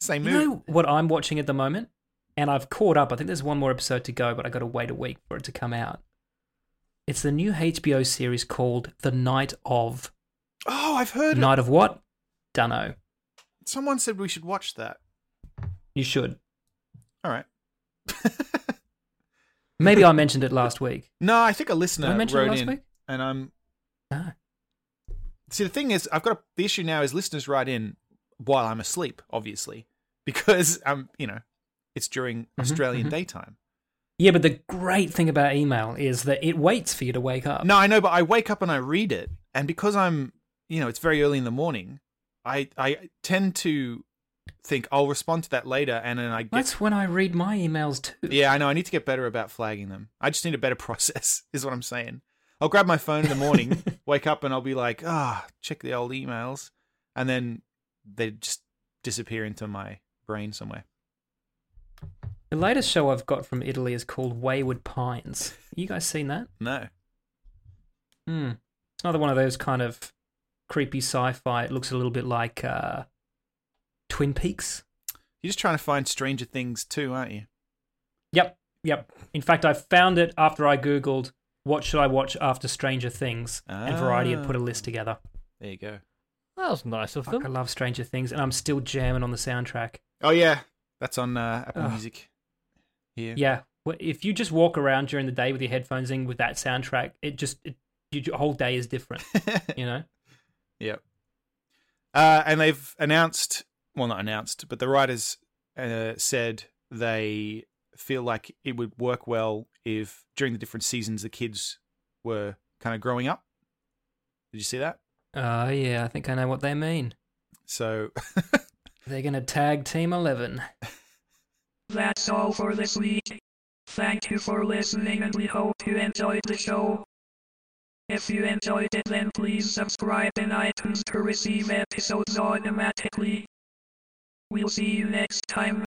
E: Same
C: You
E: movie.
C: know what I'm watching at the moment? And I've caught up. I think there's one more episode to go, but I got to wait a week for it to come out. It's the new HBO series called The Night of.
E: oh, I've heard.
C: Night of what? Dunno.
E: Someone said we should watch that.
C: You should.
E: All right.
C: Maybe I mentioned it last week.
E: No, I think a listener
C: Did I mention it
E: wrote
C: last
E: in,
C: week?
E: and I'm.
C: No.
E: See, the thing is, I've got a, the issue now is listeners write in while I'm asleep, obviously, because I'm, you know, it's during
C: Mm-hmm,
E: Australian daytime.
C: Yeah, but the great thing about email is that it waits for you to wake up.
E: No, I know, but I wake up and I read it, and because I'm, you know, it's very early in the morning, I I tend to think I'll respond to that later, and then I get.
C: That's when I read my emails too.
E: yeah, I know. I need to get better about flagging them. I just need a better process, is what I'm saying. I'll grab my phone in the morning, wake up, and I'll be like, ah, check the old emails, and then they just disappear into my brain somewhere.
C: The latest show I've got from Italy is called Wayward Pines. You guys seen that?
E: No.
C: Hmm. It's another one of those kind of creepy sci-fi. It looks a little bit like uh, Twin Peaks.
E: You're just trying to find Stranger Things too, aren't you?
C: Yep, yep. In fact, I found it after I googled what should I watch after Stranger Things, and Variety had put a list together.
E: There you go.
F: That was nice of
C: Ah. Fuck, I
F: them.
C: love Stranger Things, and I'm still jamming on the soundtrack.
E: Oh, yeah. That's on uh, Apple
C: Ugh.
E: Music here.
C: Yeah. Well, If you just walk around during the day with your headphones in with that soundtrack, it just it, your whole day is different. You know,
E: Yep. Uh, and they've announced, well, not announced, but the writers uh, said they feel like it would work well if during the different seasons the kids were kind of growing up. Did you see that?
C: Oh, yeah, I think I know what they mean.
E: So
C: They're going to tag Team 11.
H: That's all for this week. Thank you for listening and we hope you enjoyed the show. If you enjoyed it then please subscribe in iTunes to receive episodes automatically. We'll see you next time.